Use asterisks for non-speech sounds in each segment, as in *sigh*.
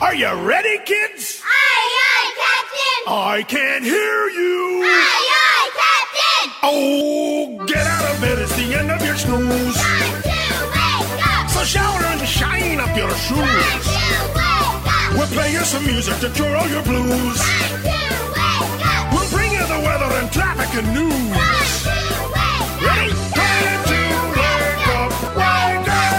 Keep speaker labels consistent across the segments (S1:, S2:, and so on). S1: Are you ready, kids?
S2: Aye, aye, Captain!
S1: I can't hear you.
S2: Aye, aye, Captain!
S1: Oh, get out of bed. It's the end of your snooze.
S2: Time to wake up!
S1: So shower and shine up your
S2: Time
S1: shoes.
S2: to wake up!
S1: We'll play you some music to cure all your blues.
S2: Time to wake up!
S1: We'll bring you the weather and traffic and news.
S2: Time to wake up!
S1: Ready? Time to wake up, wake up.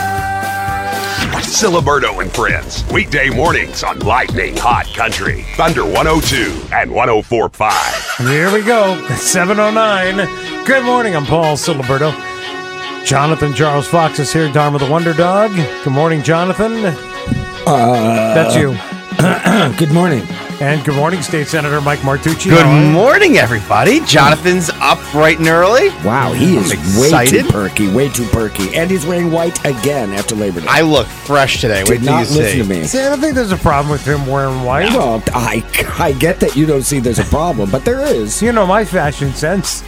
S3: Siliberto and Friends. Weekday mornings on Lightning Hot Country. Thunder 102 and 1045.
S4: Here we go. 709. Good morning. I'm Paul Siliberto. Jonathan Charles Fox is here, Dharma the Wonder Dog. Good morning, Jonathan.
S5: Uh,
S4: That's you.
S5: Good morning.
S4: And good morning, State Senator Mike Martucci.
S6: Good
S4: How are you?
S6: morning, everybody. Jonathan's up bright and early.
S5: Wow, he is
S6: I'm
S5: way too
S6: excited.
S5: perky, way too perky, and he's wearing white again after Labor Day.
S6: I look fresh today.
S5: did
S6: Wait till you
S5: not
S6: see.
S5: listen to me.
S4: See, I don't think there's a problem with him wearing white.
S5: Well, I I get that you don't see there's a problem, but there is.
S4: You know my fashion sense.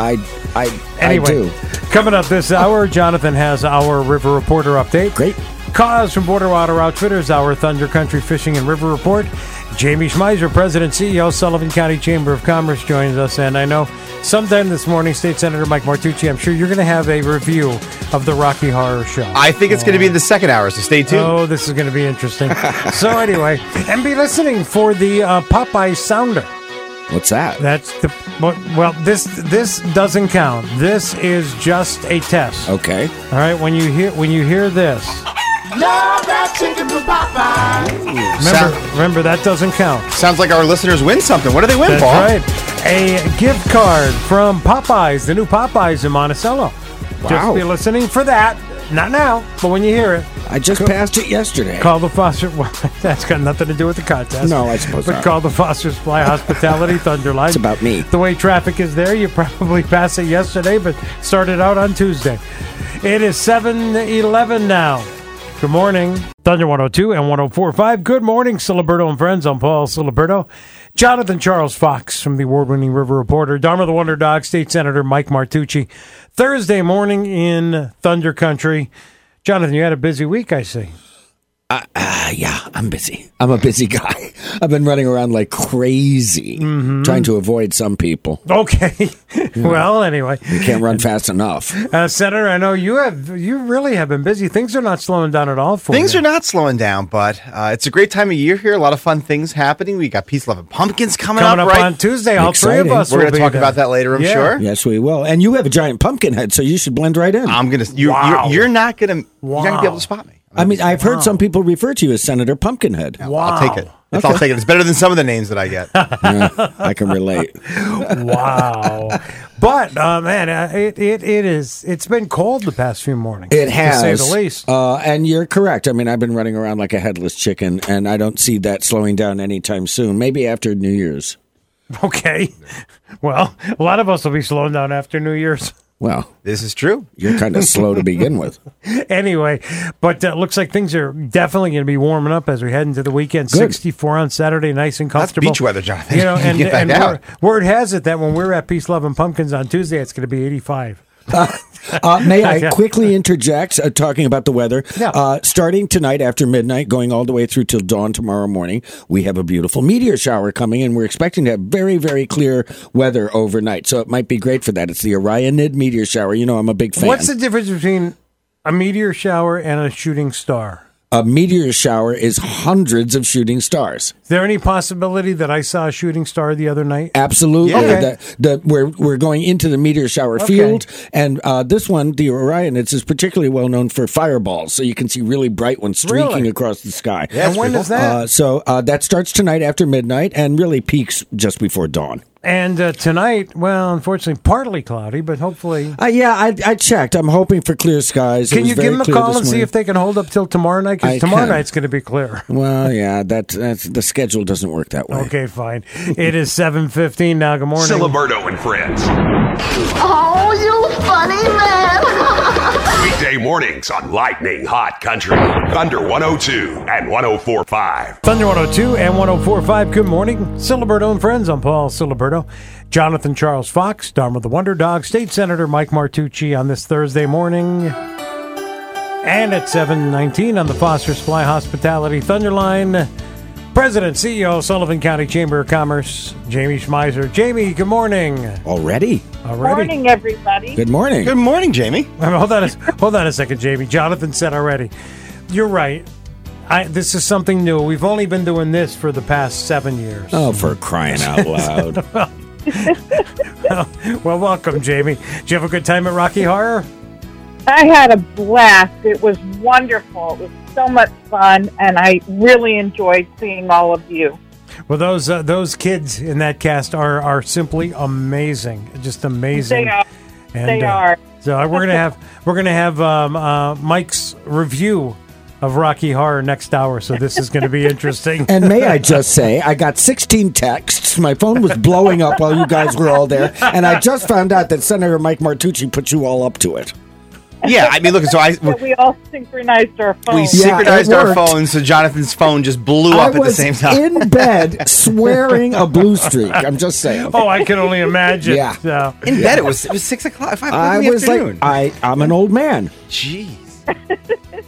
S5: I I
S4: Anyway,
S5: I do.
S4: coming up this hour, Jonathan has our River Reporter update.
S5: Great.
S4: Cause from Border Water Outfitters, our Thunder Country Fishing and River Report. Jamie Schmeiser, President CEO, Sullivan County Chamber of Commerce, joins us. And I know sometime this morning, State Senator Mike Martucci, I'm sure you're going to have a review of the Rocky Horror Show.
S6: I think it's going to be in the second hour, so stay tuned.
S4: Oh, this is going to be interesting.
S6: *laughs*
S4: so, anyway, and be listening for the uh, Popeye Sounder.
S5: What's that?
S4: That's the well. This this doesn't count. This is just a test.
S5: Okay.
S4: All right, when you hear when you hear this, remember,
S6: Sound-
S4: remember that doesn't count.
S6: sounds like our listeners win something. What do they win,
S4: That's
S6: Paul?
S4: right. A gift card from Popeyes, the new Popeyes in Monticello. Just
S5: Wow.
S4: be listening for that. Not now, but when you hear it,
S5: I just passed it yesterday.
S4: call the Foster. *laughs* Well, that's got nothing to do with the contest.
S5: No, I suppose
S4: But
S5: not.
S4: call the Foster
S5: *laughs*
S4: Supply Hospitality Thunder Line.
S5: It's about me.
S4: The way traffic is there, you *laughs* probably passed it yesterday, but started out on Tuesday. It is 7 11 now. Good morning, Thunder 102 and 1045. Good morning, Siliberto and friends. I'm Paul Siliberto. Jonathan Charles Fox from the award winning River Reporter, Dharma the Wonder Dog, State Senator Mike Martucci. Thursday morning in Thunder Country. Jonathan, you had a busy week, I see.
S5: Ah, yeah, I'm busy. I'm a busy guy. *laughs* I've been running around like crazy,
S6: Mm-hmm.
S5: trying to avoid some people.
S4: Okay. *laughs* well, anyway,
S6: *laughs*
S5: Can't run fast enough.
S4: uh, Senator, I know you have you really have been busy. Things are not slowing down at all for
S6: Things
S4: you.
S6: are not slowing down, but uh, it's a great time of year here. A lot of fun things happening. We got Peace, Love, and Pumpkins coming,
S4: coming
S6: up,
S4: up,
S6: right?
S4: on Tuesday. All three
S5: Exciting.
S4: of us.
S6: We're
S4: will
S6: going to
S4: be
S6: talk
S4: there.
S6: about that later, I'm
S4: Yeah.
S6: sure.
S5: Yes, we will. And you have a giant pumpkin head, so you should blend right in.
S6: I'm going to, you're,
S4: Wow.
S6: you're, you're not going to, you're not going to be
S4: Wow.
S6: able to spot me.
S5: I mean, I've heard some people refer to you as Senator Pumpkinhead.
S4: Wow.
S6: I'll take it. It's, I'll take it. It's better than some of the names that I
S4: *laughs*
S6: get.
S5: I can relate.
S4: wow.
S6: *laughs*
S4: But uh, man, uh, it, it it is. It's been cold the past few mornings.
S5: It has,
S4: to say the least. *laughs*
S5: Uh, and you're correct. I mean, I've been running around like a headless chicken, and I don't see that slowing down anytime soon. Maybe after New Year's.
S4: okay. Well, a lot of us will be slowing down after New Year's.
S5: Well,
S6: this is true.
S5: you're kind of slow to begin
S4: *laughs*
S5: with.
S4: anyway, but uh, looks like things are definitely going to be warming up as we head into the weekend.
S5: Good.
S4: 64 on Saturday, nice and comfortable.
S6: beach weather, Jonathan.
S5: *laughs*
S4: You know,
S6: You
S4: and,
S6: get back
S4: and word,
S6: out.
S4: word has it that when we're at Peace, Love, and Pumpkins on Tuesday, it's going to be 85.
S5: Uh, may I
S4: Yeah.
S5: quickly interject uh, talking about the weather?
S4: Yeah.
S5: Uh, starting tonight after midnight, going all the way through till dawn tomorrow morning, we have a beautiful meteor shower coming, and we're expecting to have very, very clear weather overnight. So it might be great for that. It's the Orionid meteor shower. You know, I'm a big fan.
S4: What's the difference between a meteor shower and a shooting star?
S5: a meteor shower is hundreds of shooting stars.
S4: Is there any possibility that I saw a shooting star the other night?
S5: Absolutely.
S4: Okay.
S5: The, the, we're, we're going into the meteor shower field. And uh, this one, the Orion, it's is particularly well known for fireballs. So you can see really bright ones streaking
S4: Really?
S5: across the sky.
S4: and when is that?
S5: Uh, so uh, that starts tonight after midnight and really peaks just before dawn.
S4: and uh, tonight, well, unfortunately, partly cloudy, but hopefully.
S5: Uh, yeah, I, I checked. I'm hoping for clear skies. It
S4: Can
S5: was
S4: you
S5: very
S4: give them a
S5: clear
S4: call
S5: this
S4: and see
S5: morning.
S4: if they can hold up till tomorrow night?
S5: I
S4: Because tomorrow
S5: can.
S4: night's going to be clear.
S5: Well, yeah, that's, that's the schedule doesn't work that way.
S4: Okay, fine. It is 7.15 now. Good morning.
S3: Siliberto and Friends.
S7: Oh, you funny man!
S3: Weekday mornings on Lightning Hot Country. Thunder 102 and 1045.
S4: Thunder 102 and 1045. Good morning. Siliberto and friends. I'm Paul Siliberto. Jonathan Charles Fox, Dharma the Wonder Dog, State Senator Mike Martucci on this Thursday morning. And at 719 on the Foster Supply Hospitality Thunderline, President, CEO, Sullivan County Chamber of Commerce, Jamie Schmeiser. Jamie, good morning.
S5: Already?
S4: Already.
S8: Morning, everybody.
S5: Good morning.
S6: Good morning, Jamie.
S4: *laughs* Hold on, a, hold on a second, Jamie. Jonathan said already. You're right. I, this is something new. We've only been doing this for the past seven years.
S5: Oh, for crying out loud.
S4: *laughs* Well, welcome, Jamie. Did you have a good time at Rocky Horror?
S8: I had a blast. It was wonderful. It was so much fun, and I really enjoyed seeing all of you.
S4: Well, those uh, those kids in that cast are are simply amazing. Just amazing. uh,
S8: They are. They are.
S4: So we're gonna have we're gonna have um, uh, Mike's review of Rocky Horror next hour. So this is going to
S5: *laughs*
S4: be interesting.
S5: And may I just say, I got 16 texts. My phone was blowing up while you guys were all there. And I just found out that Senator Mike Martucci put you all up to it.
S6: Yeah, I mean, look. So I
S8: So we all synchronized our
S6: we
S8: phones.
S5: Yeah, it
S6: synchronized our
S5: worked.
S6: phones, so Jonathan's phone just blew
S5: I
S6: up at the
S5: was
S6: same time.
S5: in bed swearing a blue streak. I'm just saying.
S4: Oh, I can only imagine.
S5: Yeah.
S4: So,
S6: *laughs* In bed, it was it was six o'clock, five o'clock
S5: I
S6: in the
S5: was like,
S6: afternoon.
S5: I, I'm an old man.
S6: Jeez.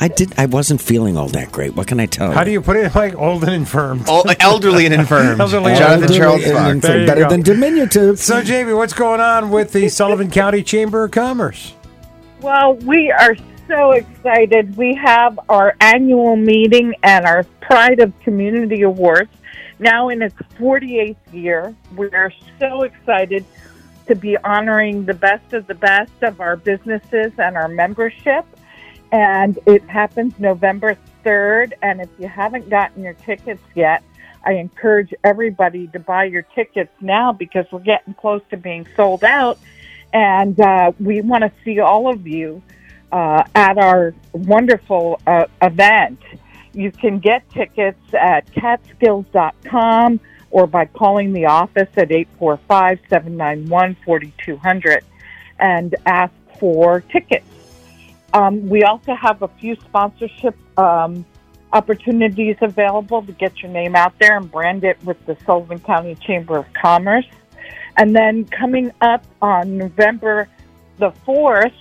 S5: I did. I wasn't feeling all that great. What can I tell you?
S4: how do you put it? Like old and infirm.
S6: All, elderly and infirm.
S4: Elderly and
S6: Jonathan
S5: Elderly
S6: Charles
S5: and
S6: Fox.
S5: infirm.
S4: There you
S5: better
S4: go.
S5: than diminutive.
S4: So, Jamie, what's going on with the Sullivan County Chamber of Commerce?
S8: Well, we are so excited. We have our annual meeting and our Pride of Community Awards now in its 48th year. We're so excited to be honoring the best of the best of our businesses and our membership. And it happens November 3rd. And if you haven't gotten your tickets yet, I encourage everybody to buy your tickets now because we're getting close to being sold out. And uh, we want to see all of you uh, at our wonderful uh, event. You can get tickets at catskills.com or by calling the office at 845 791 4200 and ask for tickets. Um, we also have a few sponsorship um, opportunities available to get your name out there and brand it with the Sullivan County Chamber of Commerce. And then coming up on November the 4th,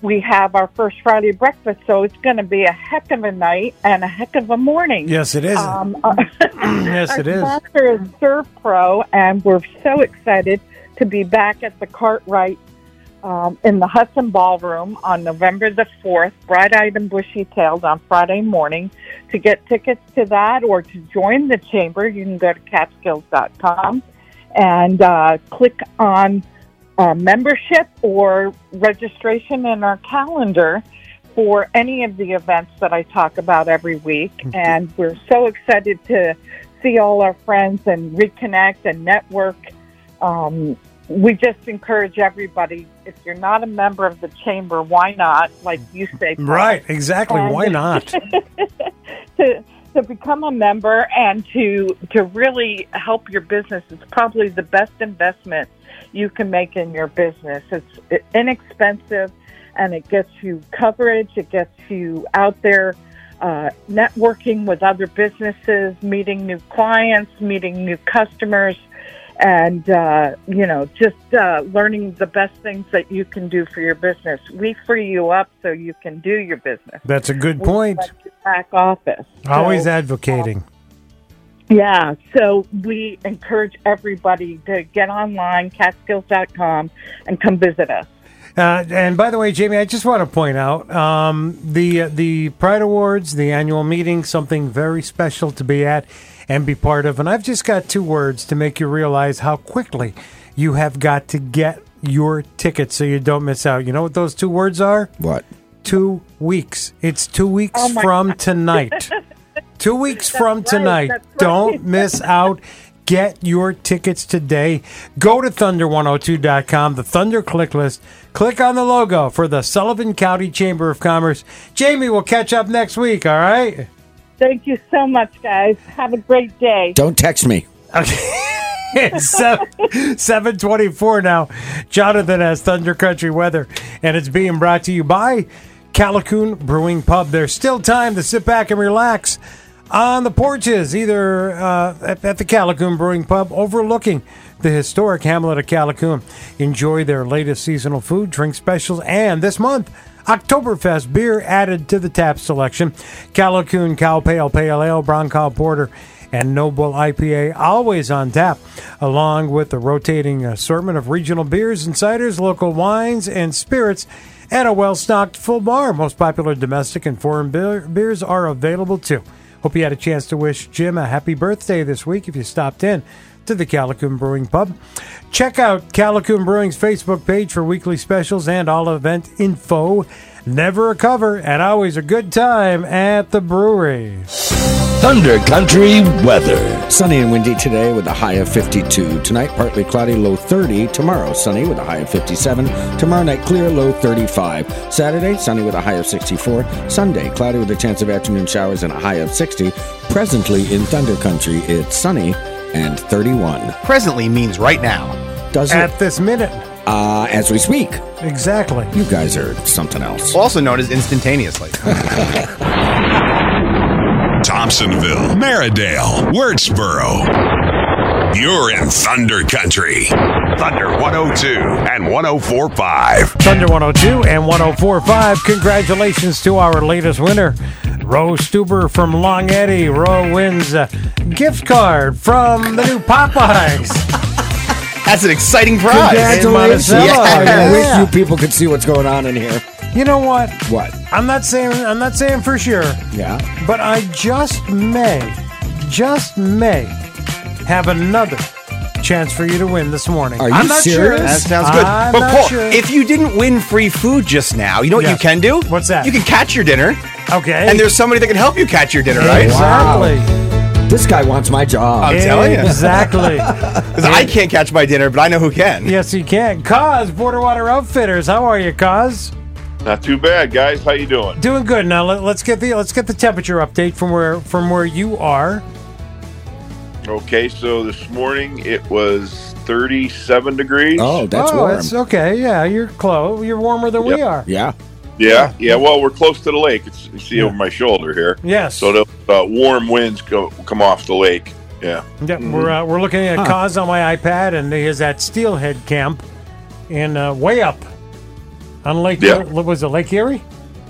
S8: we have our first Friday breakfast. So it's going to be a heck of a night and a heck of a morning.
S4: Yes, it is.
S8: Um, *laughs* uh,
S4: *clears throat* yes, it is.
S8: Our sponsor is Surf Pro, and we're so excited to be back at the Cartwright um, in the Hudson Ballroom on November the 4th, bright eyed and bushy tailed on Friday morning. To get tickets to that or to join the chamber, you can go to catskills.com and uh, click on uh, membership or registration in our calendar for any of the events that I talk about every week. And we're so excited to see all our friends and reconnect and network. Um, we just encourage everybody if you're not a member of the chamber, why not? Like you say, Paul,
S4: Right, exactly.
S8: And- *laughs*
S4: Why not?
S8: to to become a member and to to really help your business is probably the best investment you can make in your business. It's inexpensive, and it gets you coverage. It gets you out there uh, networking with other businesses, meeting new clients, meeting new customers, and uh, you know just uh, learning the best things that you can do for your business. We free you up so you can do your business
S4: That's a good point.
S8: like the back office.
S4: Always
S8: So,
S4: advocating.
S8: Yeah, so we encourage everybody to get online, catskills.com, and come visit us.
S4: Uh, and by the way, Jamie, I just want to point out um, the the Pride Awards, the annual meeting, something very special to be at and be part of. And I've just got two words to make you realize how quickly you have got to get your ticket so you don't miss out. You know what those two words are?
S5: What?
S4: Two weeks. It's two weeks
S8: Oh my
S4: from
S8: *laughs*
S4: tonight. two weeks from
S8: right,
S4: tonight.
S8: that's right.
S4: Don't miss out. Get your tickets today. Go to thunder102.com, the Thunder click list. Click on the logo for the Sullivan County Chamber of Commerce. Jamie, we'll catch up next week, all right?
S8: Thank you so much, guys. Have a great day.
S5: Don't text me.
S4: It's *laughs* seven, 724 now. Jonathan has Thunder Country weather, and it's being brought to you by Calicoon Brewing Pub. There's still time to sit back and relax on the porches, either uh, at, at the Calicoon Brewing Pub overlooking the historic hamlet of Calicoon. Enjoy their latest seasonal food, drink specials, and this month, Oktoberfest beer added to the tap selection. Calicoon Cow Pale Pale Ale, Brown Cow Porter, and Noble IPA always on tap, along with the rotating assortment of regional beers and ciders, local wines and spirits, and a well stocked full bar. Most popular domestic and foreign beer- beers are available too. Hope you had a chance to wish Jim a happy birthday this week if you stopped in to the Calicoon Brewing Pub. Check out Calicoon Brewing's Facebook page for weekly specials and all event info. Never a cover and always a good time at the brewery.
S9: Thunder Country weather.
S5: Sunny and windy today with a high of 52. Tonight, partly cloudy, low 30. Tomorrow, sunny with a high of 57. Tomorrow night, clear, low 35. Saturday, sunny with a high of 64. Sunday, cloudy with a chance of afternoon showers and a high of 60. Presently in Thunder Country, it's sunny and 31.
S6: Presently means right now.
S5: Does it?
S4: At this minute.
S5: Uh, as we speak.
S4: Exactly.
S5: You guys are something else.
S6: Also known as instantaneously. *laughs*
S3: Thompsonville, Maridale, Wurtsboro. You're in Thunder Country. Thunder 102 and 1045.
S4: Thunder 102 and 1045. Congratulations to our latest winner, Ro Stuber from Long Eddy. Ro wins a gift card from the new Popeyes.
S6: That's an exciting prize.
S4: Congrats. Monticello.
S5: I
S4: Yeah.
S5: wish you people could see what's going on in here.
S4: You know what?
S5: What?
S4: I'm not saying I'm not saying for sure,
S5: Yeah.
S4: but I just may, just may have another chance for you to win this morning.
S5: Are you
S4: I'm not sure.
S5: serious?
S6: That sounds good.
S4: I'm
S6: but
S4: not
S6: Paul,
S4: sure.
S6: if you didn't win free food just now, you know what
S4: Yes.
S6: you can do?
S4: What's that?
S6: You can catch your dinner,
S4: okay,
S6: and there's somebody that can help you catch your dinner, right?
S4: exactly,
S5: This guy wants my job.
S6: I'm telling you.
S4: exactly.
S6: *laughs* Because I can't catch my dinner, but I know who can.
S4: Yes, you can. Cause Border Water Outfitters. How are you, Cause?
S10: Not too bad, guys. How you doing?
S4: Doing good. Now let, us get the let's get the temperature update from where from where you are.
S10: Okay, so this morning it was 37 degrees.
S5: Oh, that's
S4: oh,
S5: warm.
S4: That's okay. Yeah, you're close. You're warmer than we
S10: Yep.
S4: are.
S5: yeah.
S10: yeah, yeah. Well, we're close to the lake. It's you see over my shoulder here.
S4: Yes.
S10: So the uh, warm winds go, come off the lake. Yeah.
S4: Yeah, we're uh, we're looking at
S5: Huh.
S4: Cause on my iPad, and he is at Steelhead Camp in uh, way up on Lake.
S10: Yeah.
S4: what was it Lake Erie?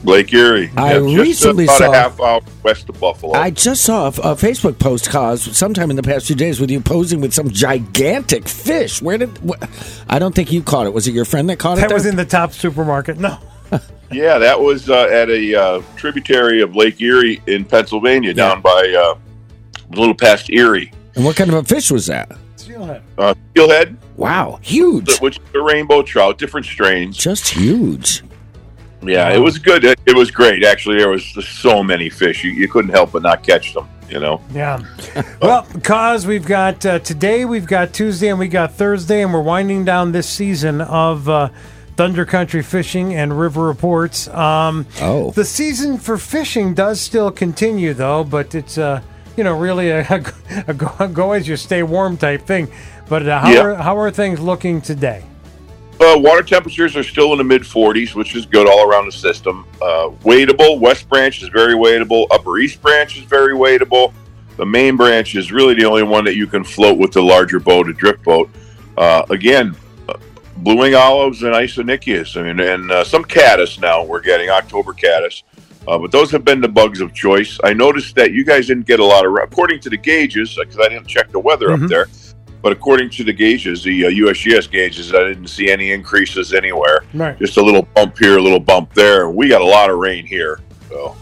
S10: Lake Erie.
S5: I
S10: yeah,
S5: recently
S10: just uh,
S5: saw-
S10: about a half hour west of Buffalo.
S5: I just saw a, a Facebook post, Cause, sometime in the past few days with you posing with some gigantic fish. Where did. Wh- I don't think you caught it. Was it your friend that caught it?
S4: That was
S5: there?
S4: in the top supermarket. No.
S10: Yeah, that was uh, at a uh, tributary of Lake Erie in Pennsylvania, down by uh, a little past Erie.
S5: and what kind of a fish was that?
S4: Steelhead.
S10: Uh, steelhead,
S5: Wow. Huge.
S10: which is a rainbow trout, different strains.
S5: Just huge.
S10: Yeah, it was good. It, it was great, actually. There was just so many fish; you, you couldn't help but not catch them. You know.
S4: *laughs* Yeah. well, cause we've got uh, today, we've got Tuesday, and we got Thursday, and we're winding down this season of uh, Thunder Country Fishing and River Reports. Um,
S5: Oh.
S4: The season for fishing does still continue, though, but it's uh, you know really a, *laughs* a, go, a go as you stay warm type thing. But uh, how
S10: Yeah.
S4: are how are things looking today?
S10: Uh, water temperatures are still in the mid 40s, which is good all around the system. Uh, wadeable, West Branch is very wadeable. Upper East Branch is very wadeable. The main branch is really the only one that you can float with the larger boat, a drift boat. Uh, again, uh, blue wing olives and isonychias. I mean, and uh, some caddis now we're getting, October caddis. Uh, but those have been the bugs of choice. I noticed that you guys didn't get a lot of, according to the gauges, because I didn't check the weather
S4: Mhm.
S10: up there. But according to the gauges, the uh, USGS gauges, I didn't see any increases anywhere.
S4: Right.
S10: Just a little bump here, a little bump there. We got a lot of rain here. So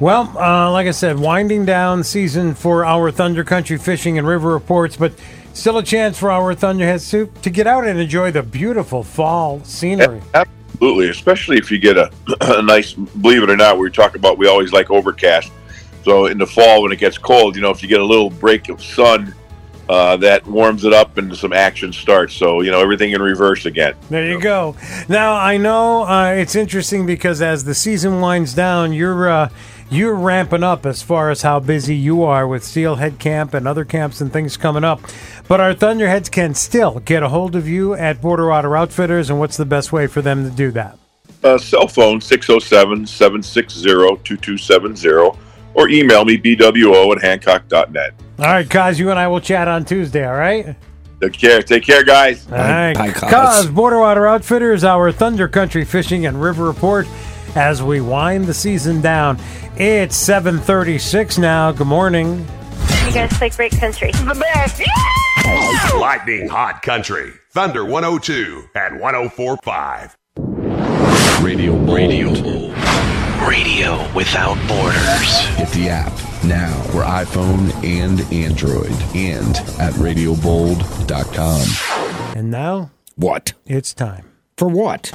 S4: Well, uh, like I said, winding down season for our Thunder Country fishing and river reports, but still a chance for our Thunderhead Soup to get out and enjoy the beautiful fall scenery.
S10: absolutely, especially if you get a, *clears throat* a nice. Believe it or not, we talk about we always like overcast. So in the fall when it gets cold, you know, if you get a little break of sun, uh, that warms it up and some action starts. So you know everything in reverse again.
S4: There you go. Now I know uh, it's interesting because as the season winds down, you're uh, you're ramping up as far as how busy you are with Steelhead Camp and other camps and things coming up. But our Thunderheads can still get a hold of you at Border Otter Outfitters, and what's the best way for them to do that?
S10: uh, cell phone 607-760-2270 or email me bwo at hancock.net
S4: All right, guys, you and I will chat on Tuesday. All right.
S10: Take care. Take care, guys.
S4: All right.
S5: Bye, Cos.
S4: Cos Border Water Outfitters, our Thunder Country Fishing and River Report as we wind the season down. It's 736 now. Good morning.
S11: You guys play great country. The best.
S3: Lightning Hot Country, Thunder 102 and 1045.
S9: Radio Bold. Radio Bold.
S12: Radio without borders.
S9: Get the app now for iPhone and Android and at radiobold.com.
S4: And now
S5: What?
S4: it's time
S5: For what?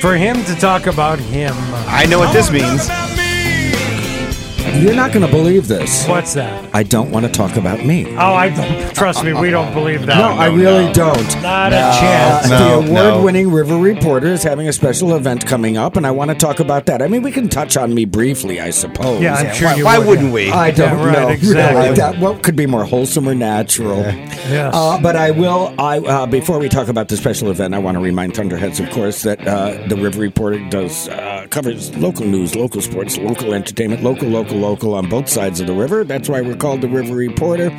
S4: for him to talk about him.
S6: I know what this means.
S5: You're not going to believe this.
S4: What's that?
S5: I don't want to talk about me.
S4: Oh, I don't. Trust me, we don't believe that.
S5: no, I really don't. Uh,
S4: Not a chance.
S6: No,
S5: the
S6: no.
S5: award-winning River Reporter is having a special event coming up, and I want to talk about that. I mean, we can touch on me briefly, I suppose.
S4: Yeah, I'm sure
S6: Why,
S4: you
S6: why
S4: would.
S6: wouldn't we?
S5: I don't
S4: Yeah, right,
S5: know.
S4: exactly.
S5: Really, that, what could be more wholesome or natural?
S4: Yes.
S5: Uh, but I will. I uh, before we talk about the special event, I want to remind Thunderheads, of course, that uh, the River Reporter does uh, covers local news, local sports, local entertainment, local, local, local on both sides of the river. That's why we're called the River Reporter.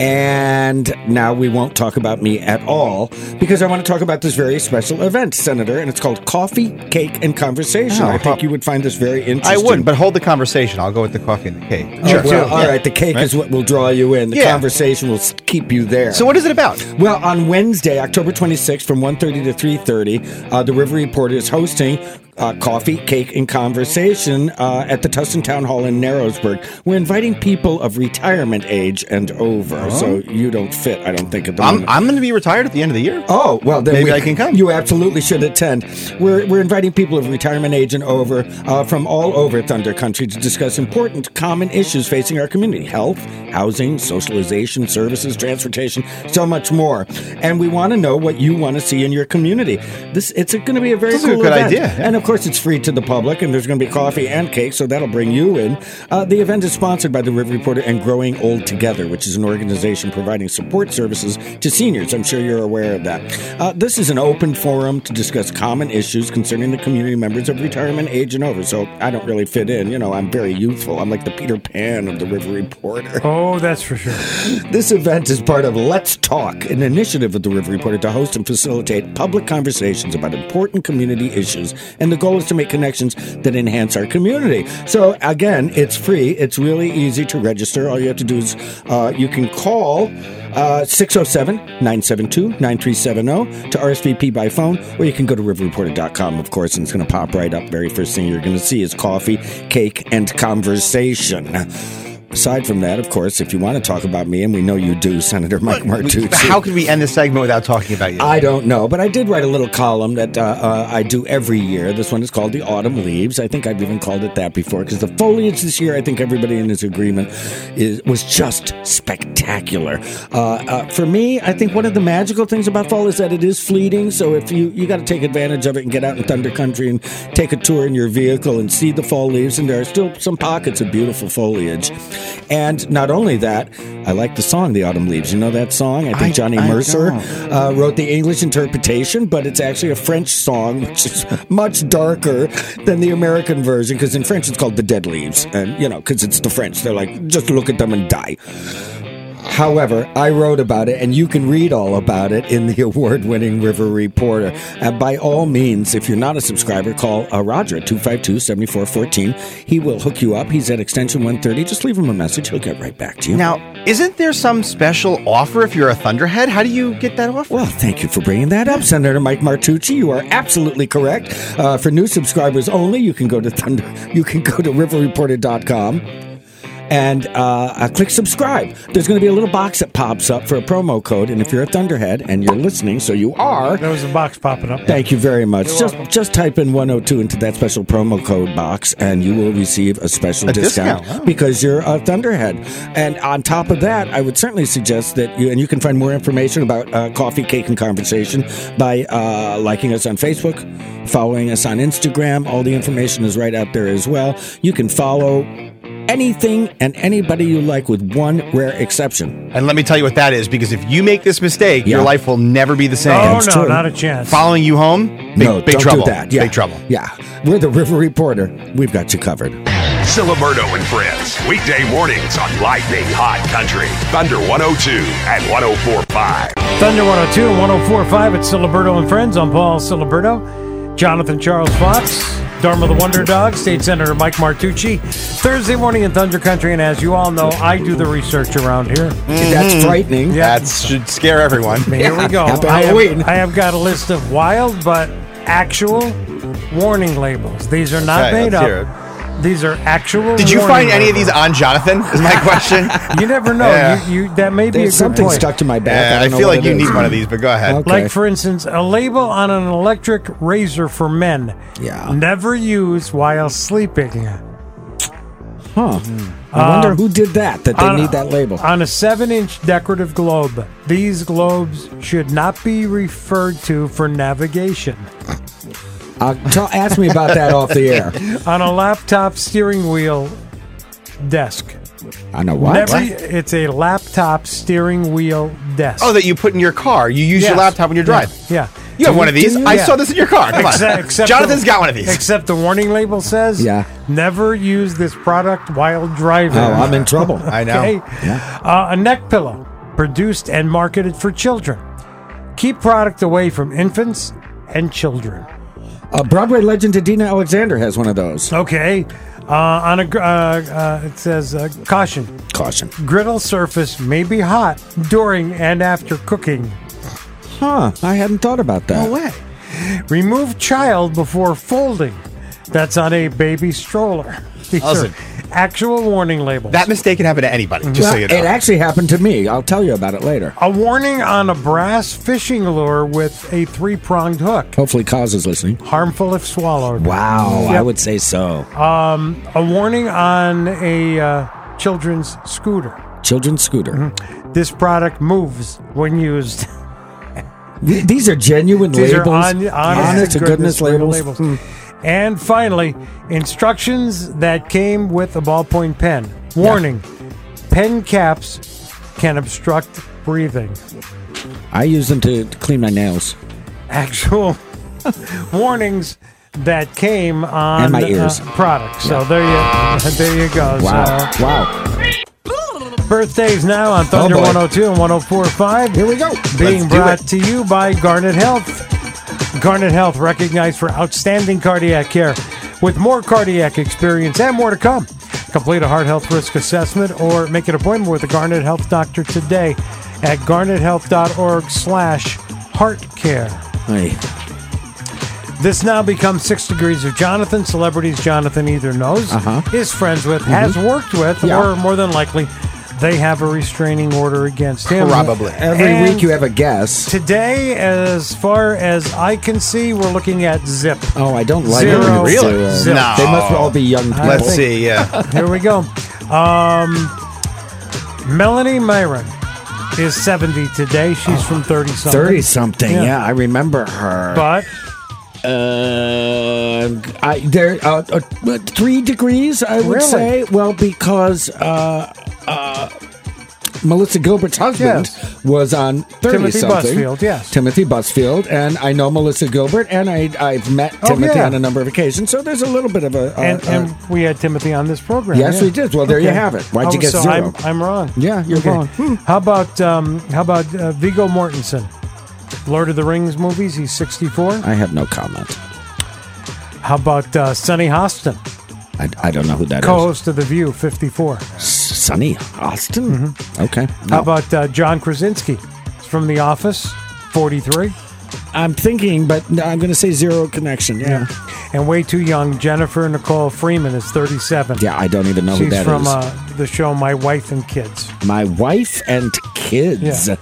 S5: And now we won't talk about me at all because I want to talk about this very special event, Senator, and it's called Coffee, Cake, and Conversation.
S4: Oh.
S5: I think you would find this very
S6: I
S5: interesting.
S6: wouldn't, but hold the conversation. I'll go with the coffee and the cake.
S5: Oh, well, all right. The cake is what will draw you in. The
S6: Yeah.
S5: conversation will s- keep you there.
S6: So what is it about?
S5: Well, on Wednesday, October 26th, from 1.30 to 3.30, uh, the River Reporter is hosting uh, Coffee, Cake, and Conversation uh, at the Tustin Town Hall in Narrowsburg. We're inviting people of retirement age and over. So you don't fit, I don't think, at the
S6: Oh. I'm
S5: moment.
S6: I'm going to be retired at the end of the year.
S5: Oh well, then
S6: Maybe
S5: we-
S6: I can come.
S5: You absolutely should attend. We're we're inviting people of retirement age and over uh, from all over Thunder Country to discuss important common issues facing our community: health, housing, socialization, services, transportation, so much more. And we want to know what you want to see in your community. This it's going to be a very
S6: This is a
S5: cool
S6: good
S5: event.
S6: idea, yeah.
S5: And of course, it's free to the public, and there's going to be coffee and cake, so that'll bring you in. Uh, the event is sponsored by the River Reporter and Growing Old Together, which is an organization providing support services to seniors. I'm sure you're aware of that. Uh, this is an open forum to discuss common issues concerning the community members of retirement age and over. So I don't really fit in. You know, I'm very youthful. I'm like the Peter Pan of the River Reporter.
S4: Oh, that's for sure.
S5: This event is part of Let's Talk, an initiative of the River Reporter to host and facilitate public conversations about important community issues. And the goal is to make connections that enhance our community. So, again, it's free. It's really easy to register. All you have to do is uh, you can call uh, 607 972 9370 to RSVP by phone, or you can go to riverreporter.com, of course, and it's going to pop right up. Very first thing you're going to see is coffee, cake, and conversation. Aside from that, of course, if you want to talk about me, and we know you do, Senator Mike
S6: We-
S5: Martucci.
S6: how could we end this segment without talking about you?
S5: I don't know, but I did write a little column that uh, uh, I do every year. This one is called The Autumn Leaves. I think I've even called it that before because the foliage this year, I think everybody in his agreement, is, was just spectacular. Uh, uh, for me, I think one of the magical things about fall is that it is fleeting. So if you, you got to take advantage of it and get out in Thunder Country and take a tour in your vehicle and see the fall leaves, and there are still some pockets of beautiful foliage. And not only that, I like the song The Autumn Leaves. You know that song? I think
S6: I-
S5: Johnny
S6: I
S5: Mercer
S6: don't.
S5: uh, wrote the English interpretation, but it's actually a French song, which is *laughs* much darker than the American version, because in French it's called The Dead Leaves. And, you know, because it's the French. They're like, just look at them and die. However, I wrote about it, and you can read all about it in the *laughs* award winning River Reporter. And by all means, if you're not a subscriber, call uh, Roger at 252 7414. He will hook you up. He's at extension 130. Just leave him a message. He'll get right back to you.
S6: Now, isn't there some special offer if you're a Thunderhead? How do you get that offer?
S5: Well, thank you for bringing that up, Senator Mike Martucci. You are absolutely correct. Uh, for new subscribers only, you can go to Thunder. *laughs* You can go to RiverReporter.com and uh, uh, click subscribe. There's going to be a little box that pops up for a promo code, and if you're a Thunderhead and you're listening, so you are.
S4: There was a box popping up.
S5: Thank you very much. just just type in 102 into that special promo code box, and you will receive a special
S6: A
S5: discount,
S6: discount, wow.
S5: because you're a Thunderhead. And on top of that, I would certainly suggest that you and you can find more information about uh, Coffee, Cake, and Conversation by uh, liking us on Facebook, following us on Instagram. All the information is right out there as well. You can follow anything and anybody you like, with one rare exception.
S6: And let me tell you what that is, because if you make this mistake,
S5: Yeah.
S6: your life will never be the same.
S4: Oh,
S5: That's
S4: no,
S5: true.
S4: not a chance.
S6: Following you home, big,
S5: no,
S6: big
S5: don't
S6: trouble.
S5: do that. Yeah.
S6: Big trouble.
S5: Yeah, we're the River Reporter. We've got you covered.
S3: Siliberto and Friends. Weekday mornings on Lightning Hot Country. Thunder 102 and 1045.
S4: Thunder 102 and 1045 at Siliberto and Friends. I'm Paul Siliberto, Jonathan Charles Fox, Dharma the Wonder Dog, State Senator Mike Martucci. Thursday morning in Thunder Country, and as you all know, I do the research around here.
S5: Mm-hmm. That's frightening.
S6: That should scare everyone.
S4: Here we go. I have, I have got a list of wild but actual warning labels. These are not
S6: Okay,
S4: made
S6: let's
S4: up.
S6: hear
S4: These are actual.
S6: Did you
S4: warning
S6: find any of
S4: labels.
S6: these on Jonathan? Is
S5: *laughs*
S6: my question.
S4: You never know.
S6: Yeah.
S4: You, you that may be a
S5: There's
S4: good
S5: something
S4: point.
S5: stuck to my back.
S6: Yeah,
S5: I,
S6: I,
S5: don't know
S6: feel
S5: what
S6: like
S5: it
S6: you
S5: is.
S6: need one of these, but go ahead.
S5: Okay.
S4: Like for instance, a label on an electric razor for men. Yeah. Never use while sleeping.
S5: Huh. I wonder
S4: Um,
S5: who did that, that they
S4: On-
S5: need that label.
S4: On a seven-inch decorative globe, these globes should not be referred to for navigation.
S5: Uh, tell, ask me about that
S4: *laughs*
S5: off the air.
S4: on a laptop steering wheel desk.
S5: On a what?
S4: Never, it's a laptop steering wheel desk.
S6: Oh, that you put in your car. You use your
S4: Yes.
S6: laptop when you're
S4: Yeah.
S6: driving.
S4: Yeah.
S6: You have one of these.
S4: Do you?
S6: I
S4: Yeah. *laughs*
S6: saw this in your car. Come on.
S4: Except- except
S6: *laughs* Jonathan's
S4: the-
S6: got one of these.
S4: Except the warning label says,
S5: Yeah.
S4: never use this product while driving.
S5: Oh, I'm in trouble.
S6: I
S4: *laughs*
S6: know.
S4: Okay?
S5: Yeah.
S4: Uh, a neck pillow produced and marketed for children. Keep product away from infants and children.
S5: Uh, Broadway legend Adina Alexander has one of those.
S4: Okay. Uh, on a gr- uh, uh, it says uh, caution:
S5: Caution.
S4: griddle surface may be hot during and after cooking.
S5: Huh. I hadn't thought about that.
S6: way.
S4: Remove child before folding. That's on a baby stroller. *laughs* These
S6: Listen.
S4: are actual warning labels.
S6: That mistake can happen to anybody. Just so
S5: Well,
S6: you
S5: it
S6: know.
S5: actually happened to me. I'll tell you about it later.
S4: a warning on a brass fishing lure with a three-pronged hook.
S5: Hopefully, Cause is listening.
S4: Harmful if swallowed.
S5: Wow. I
S4: Yep. Uh,
S5: would say so.
S4: A warning on a uh, children's scooter.
S5: Children's scooter.
S4: This product moves when used.
S5: Th- These are genuine
S4: These
S5: labels.
S4: are on, honest,
S5: to goodness,
S4: real
S5: labels. Hmm.
S4: And finally, instructions that came with a ballpoint pen. Warning: pen caps can obstruct breathing.
S5: I use them to clean my nails.
S4: Actual *laughs* warnings that came on
S5: And my ears.
S4: Uh, products. So there you, *laughs* there you go.
S5: Wow.
S4: So,
S5: Wow.
S4: birthdays now on Thunder
S5: Oh, boy.
S4: 102 and 104.5.
S5: Here we go.
S4: being
S6: Let's do
S4: brought to you by Garnet Health. Garnet Health recognized for outstanding cardiac care with more cardiac experience and more to come. Complete a heart health risk assessment or make an appointment with a Garnet Health doctor today at garnethealth.org slash heart care.
S5: Hey.
S4: This now becomes six degrees of Jonathan. Celebrities Jonathan either knows,
S6: Uh-huh.
S4: is friends
S6: Mm-hmm.
S4: with, has worked with,
S5: Yeah.
S4: or more than likely, they have a restraining order against him.
S6: Probably.
S5: Every
S4: And-
S5: week you have a guess.
S4: Today, as far as I can see, we're looking at zip.
S5: Oh, I don't like
S4: Zero.
S5: it. when it's,
S4: Really?
S5: uh,
S4: Zero.
S5: They must all be young people.
S6: Let's see. Yeah.
S4: Here we
S5: *laughs*
S4: go. Um, Melanie Myron is 70 today. She's from 30 something.
S5: 30 something.
S4: Yeah.
S5: Yeah. I remember her.
S4: But
S5: Uh, I there uh, uh, uh, three degrees. I would
S4: Really?
S5: say. Well, because uh, uh, Melissa Gilbert's husband
S4: Yes.
S5: was on thirty
S4: Timothy
S5: something.
S4: Busfield, yes.
S5: Timothy Busfield, and I know Melissa Gilbert, and I I've met
S4: Oh,
S5: Timothy
S4: yeah.
S5: on a number of occasions. So there's a little bit of a. Uh,
S4: and,
S5: uh,
S4: and we had Timothy on this program.
S5: Yes,
S4: yeah.
S5: we did. Well, there you have it. Why'd
S4: Oh,
S5: you get
S4: so
S5: 0
S4: I'm, I'm wrong.
S5: yeah, you're Hmm.
S4: Okay.
S5: wrong.
S4: How about um, how about uh, Vigo Mortensen? Lord of the Rings movies. He's 64.
S5: I have no comment.
S4: How about uh, Sonny Hostin,
S5: I, I don't know who that is.
S4: co-host of The View, 54.
S5: Sonny Austin. Okay.
S4: How
S5: No.
S4: about uh, John Krasinski? He's from The Office, 43.
S5: I'm thinking, but no, I'm going to say zero connection. yeah.
S4: And way too young, Jennifer Nicole Freeman is 37.
S5: Yeah, I don't even know who
S4: She's
S5: that is.
S4: from uh, the show My Wife and Kids.
S5: My wife and kids.
S4: Yeah.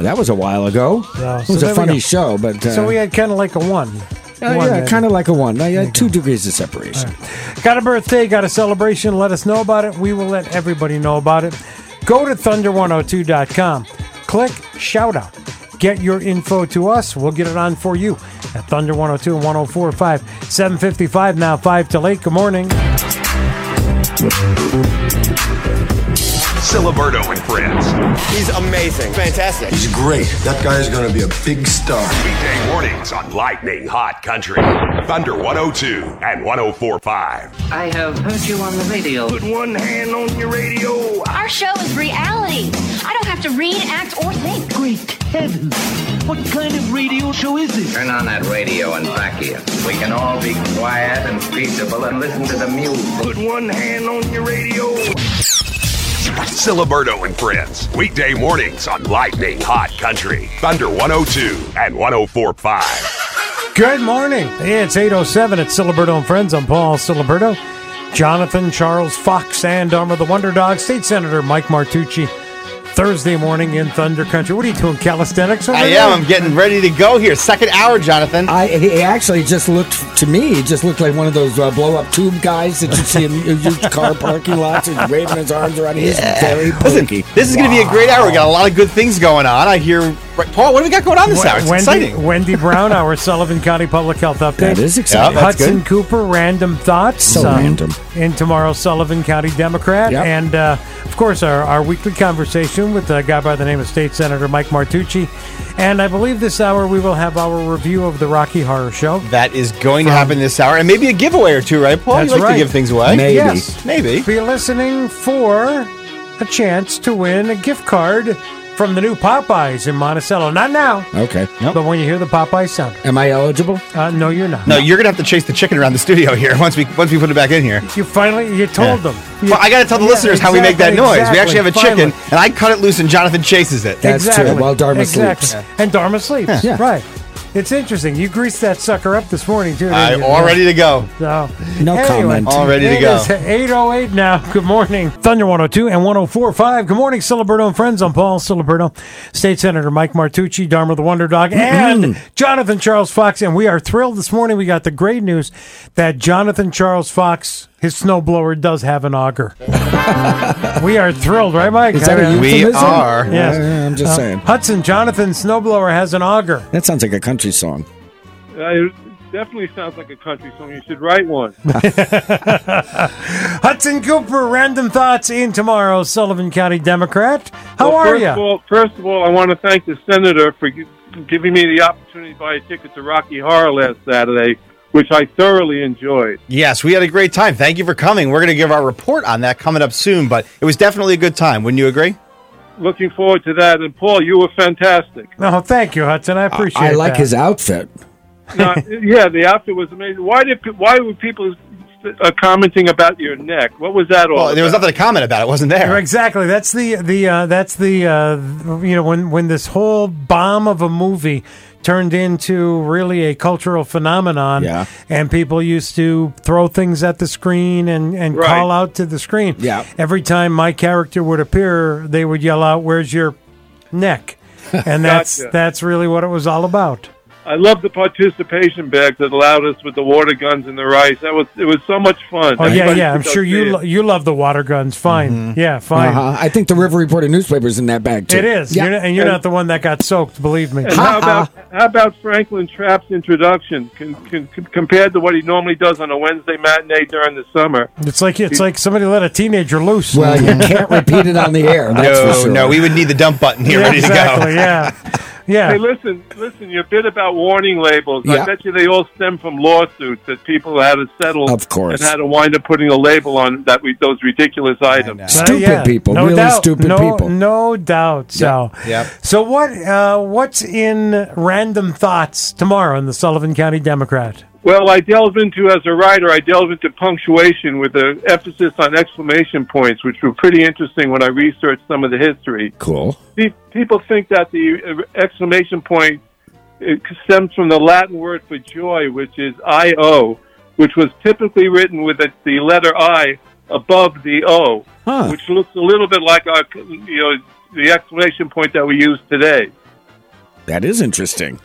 S5: That was a while ago.
S4: Yeah,
S5: it
S4: so
S5: was
S4: there we
S5: a funny
S4: go.
S5: show, but uh,
S4: so we had kind of like a one.
S5: uh,
S4: One
S5: yeah,
S4: there.
S5: kind of like a one. I had two degrees of separation.
S4: Got a birthday, got a celebration. Let us know about it. We will let everybody know about it. Go to thunder102.com. Click shout out. Get your info to us. We'll get it on for you at Thunder 102 and 1045, 755 now, 5 till 8. Good morning.
S3: Siliberto and Friends.
S13: He's amazing. Fantastic.
S3: He's great. That guy is going to be a big star. Weekday mornings on Lightning Hot Country. Thunder 102 and 1045.
S14: I have heard you on the radio. Put one hand on your radio.
S2: Our show is reality. I don't have to read, act, or think.
S14: Great heavens. What kind of radio show is this?
S15: Turn on that radio and back here. We can all be quiet and peaceable and listen to the music. Put one hand on your radio.
S16: Uh,
S3: Siliberto and Friends. Weekday mornings on Lightning Hot Country. Thunder 102 and 1045.
S4: Good morning. It's 807 at Siliberto and Friends. I'm Paul Siliberto. Jonathan Charles Fox and Armor the Wonder Dog, State Senator Mike Martucci. Thursday morning in Thunder Country. What are you doing, calisthenics? over
S6: I
S4: there?
S6: am. I'm getting ready to go here. Second hour, Jonathan.
S5: I, he actually just looked to me. He just looked like one of those uh, blow up tube guys that you see in huge car parking lots. He's waving his arms around. He's very
S6: Listen,
S5: punky.
S6: this is going to be a great hour. We got a lot of good things going on. I hear, right, Paul, what do we got going on this
S4: Wen-
S6: hour? It's
S4: Wendy,
S6: exciting.
S4: Wendy Brown, our Sullivan County Public Health Update.
S5: That is exciting. Yeah, that's
S4: Hudson
S5: good.
S4: Cooper, random thoughts. um,
S5: So random.
S4: In tomorrow's Sullivan County Democrat.
S5: Yep.
S4: And, uh, of course, our, our weekly conversation with a guy by the name of State Senator Mike Martucci. And I believe this hour we will have our review of the Rocky Horror Show.
S6: That is going to happen this hour, and maybe a giveaway or two, right, Paul?
S4: That's
S6: Oh, you like
S4: right.
S6: to give things away?
S4: Maybe. Yes.
S6: maybe.
S4: Be listening for a chance to win a gift card from the new Popeyes in Monticello. Not now,
S5: Okay.
S4: but when you hear the Popeye sound.
S5: Am I eligible?
S4: Uh, no, you're not.
S6: No, you're going to have to chase the chicken around the studio here *laughs* once we once we put it back in here.
S4: You finally you told
S6: Yeah.
S4: them.
S6: Well, I got to tell the
S4: Yeah,
S6: listeners how we make that
S4: exactly,
S6: noise. We actually have a
S4: exactly,
S6: chicken, and I cut it loose, and Jonathan chases it.
S4: exactly. exactly. And Dharma sleeps.
S6: Yeah.
S4: Right. It's interesting. You greased that sucker up this morning too.
S6: I'm
S4: didn't you?
S6: all ready to go.
S4: So,
S6: No
S4: anyway,
S6: comment. All ready to
S4: it
S6: go.
S4: is 808 now. *laughs* Good morning. Thunder 102 and 1045. Good morning, Siliberto and friends. I'm Paul Siliberto, State Senator Mike Martucci, Dharma the Wonder Dog, and Jonathan Charles Fox. And we are thrilled this morning. We got the great news that Jonathan Charles Fox, his snowblower, does have an auger. we are thrilled, right, Mike?
S5: Is that a
S6: We
S5: euphemism?
S6: are.
S4: Yes.
S5: Yeah, I'm just
S4: Uh,
S5: saying.
S4: Hudson Jonathan Snowblower has an auger.
S5: That sounds like a country song.
S16: Uh, it definitely sounds like a country song. You should write one.
S4: Hudson Cooper, random thoughts in tomorrow's Sullivan County Democrat. How
S16: Well,
S4: are
S16: first
S4: you?
S16: Of all, first of all, I want to thank the senator for gi- giving me the opportunity to buy a ticket to Rocky Horror last Saturday, which I thoroughly enjoyed.
S6: Yes, we had a great time. Thank you for coming. We're going to give our report on that coming up soon, but it was definitely a good time. Wouldn't you agree?
S16: Looking forward to that. And Paul, you were
S6: *laughs*
S16: fantastic.
S4: No, Oh, thank you, Hudson. I appreciate.
S5: I like
S4: that.
S5: his outfit.
S16: Now, yeah, the outfit was amazing. Why did pe- why were people uh, commenting about your neck? What was that all?
S6: Well, there was nothing to comment about. It wasn't there.
S4: Exactly. That's the the uh, that's the uh, you know when when this whole bomb of a movie turned into really a cultural phenomenon,
S5: Yeah.
S4: and people used to throw things at the screen and and
S5: Right.
S4: call out to the screen.
S5: Yeah.
S4: Every time my character would appear, they would yell out, "Where's your neck?" And
S5: *laughs*
S4: that's
S16: Gotcha.
S4: that's really what it was all about.
S16: I love the participation bags that allowed us with the water guns and the rice. That was it was so much fun.
S4: Oh yeah,
S16: Everybody
S4: yeah.
S16: should
S4: I'm
S16: go
S4: sure
S16: see
S4: you
S16: it.
S4: lo- you love the water guns. Fine. Yeah, fine.
S5: Uh-huh. I think the River Reporter newspaper's in that bag too.
S4: It is.
S5: Yeah.
S4: You're, not- and you're not the one that got soaked. Believe me.
S16: And how about how about Franklin Trapp's introduction con, con, con- compared to what he normally does on a Wednesday matinee during the summer?
S4: It's like it's like somebody let a teenager loose.
S5: Well,
S4: *laughs*
S5: you can't repeat it on the air. That's
S6: no,
S5: for sure.
S6: no, we would need the dump button here
S4: Yeah,
S6: ready
S4: exactly.
S6: to go. *laughs*
S4: Yeah, yeah.
S16: Hey, listen, listen. Your bit about warning labels.
S5: Yeah.
S16: I bet you they all stem from lawsuits that people had to settle,
S5: Of course.
S16: and had to wind up putting a label on that we, those ridiculous items.
S5: Stupid
S4: Uh, Yeah,
S5: people,
S4: no
S5: really
S4: doubt,
S5: stupid
S4: no,
S5: people.
S4: No doubt. So,
S6: yep.
S4: so what? Uh, what's in random thoughts tomorrow in the Sullivan County Democrat?
S16: Well, I delve into as a writer, I delve into punctuation with an emphasis on exclamation points, which were pretty interesting when I researched some of the history.
S5: Cool.
S16: Pe- People think that the uh, exclamation point it stems from the Latin word for joy, which is "io," which was typically written with the- the letter "i" above the "o,"
S5: Huh.
S16: which looks a little bit like our, you know, the exclamation point that we use today.
S5: That is interesting.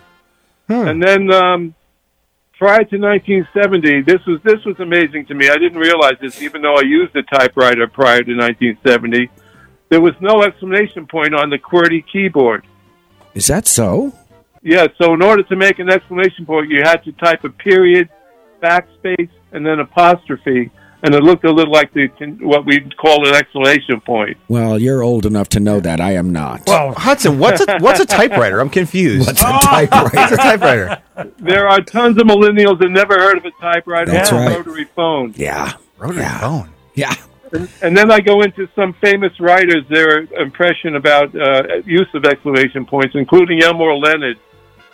S16: And then um, prior to 1970, this was this was amazing to me. I didn't realize this, even though I used a typewriter prior to 1970. There was no exclamation point on the QWERTY keyboard.
S5: Is that so?
S16: Yeah, so in order to make an exclamation point, you had to type a period, backspace, and then apostrophe, and it looked a little like the what we'd call an exclamation point.
S5: Well, you're old enough to know that. I am not. *laughs*
S6: Well, Hudson, what's a what's a typewriter? I'm confused.
S5: What's a
S4: ah!
S5: typewriter?
S6: *laughs* What's a typewriter?
S16: There are tons of millennials that never heard of a typewriter
S5: That's
S16: or a
S5: right.
S16: rotary phone.
S5: Yeah.
S6: Rotary phone.
S5: Yeah.
S16: And, and then I go into some famous writers, their impression about uh, use of exclamation points, including Elmore Leonard.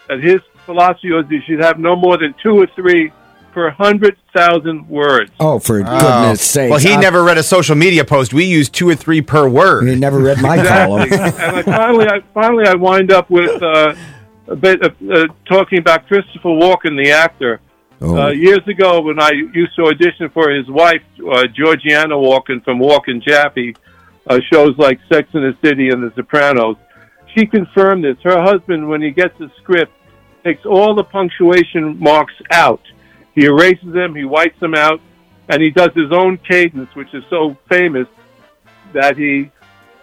S16: And his philosophy was you should have no more than two or three per hundred thousand words.
S5: Oh, for goodness sake.
S6: Well, he never read a social media post. We use two or three per word. He
S5: never read
S6: *laughs*
S5: my
S16: Exactly. and I finally, I finally, I wind up with uh, a bit of, uh, talking about Christopher Walken, the actor.
S5: Oh.
S16: Uh, years ago, when I used to audition for his wife, uh, Georgiana Walken from Walken Jaffe, uh, shows like Sex in the City and The Sopranos, she confirmed this. Her husband, when he gets a script, takes all the punctuation marks out. He erases them, he wipes them out, and he does his own cadence, which is so famous that he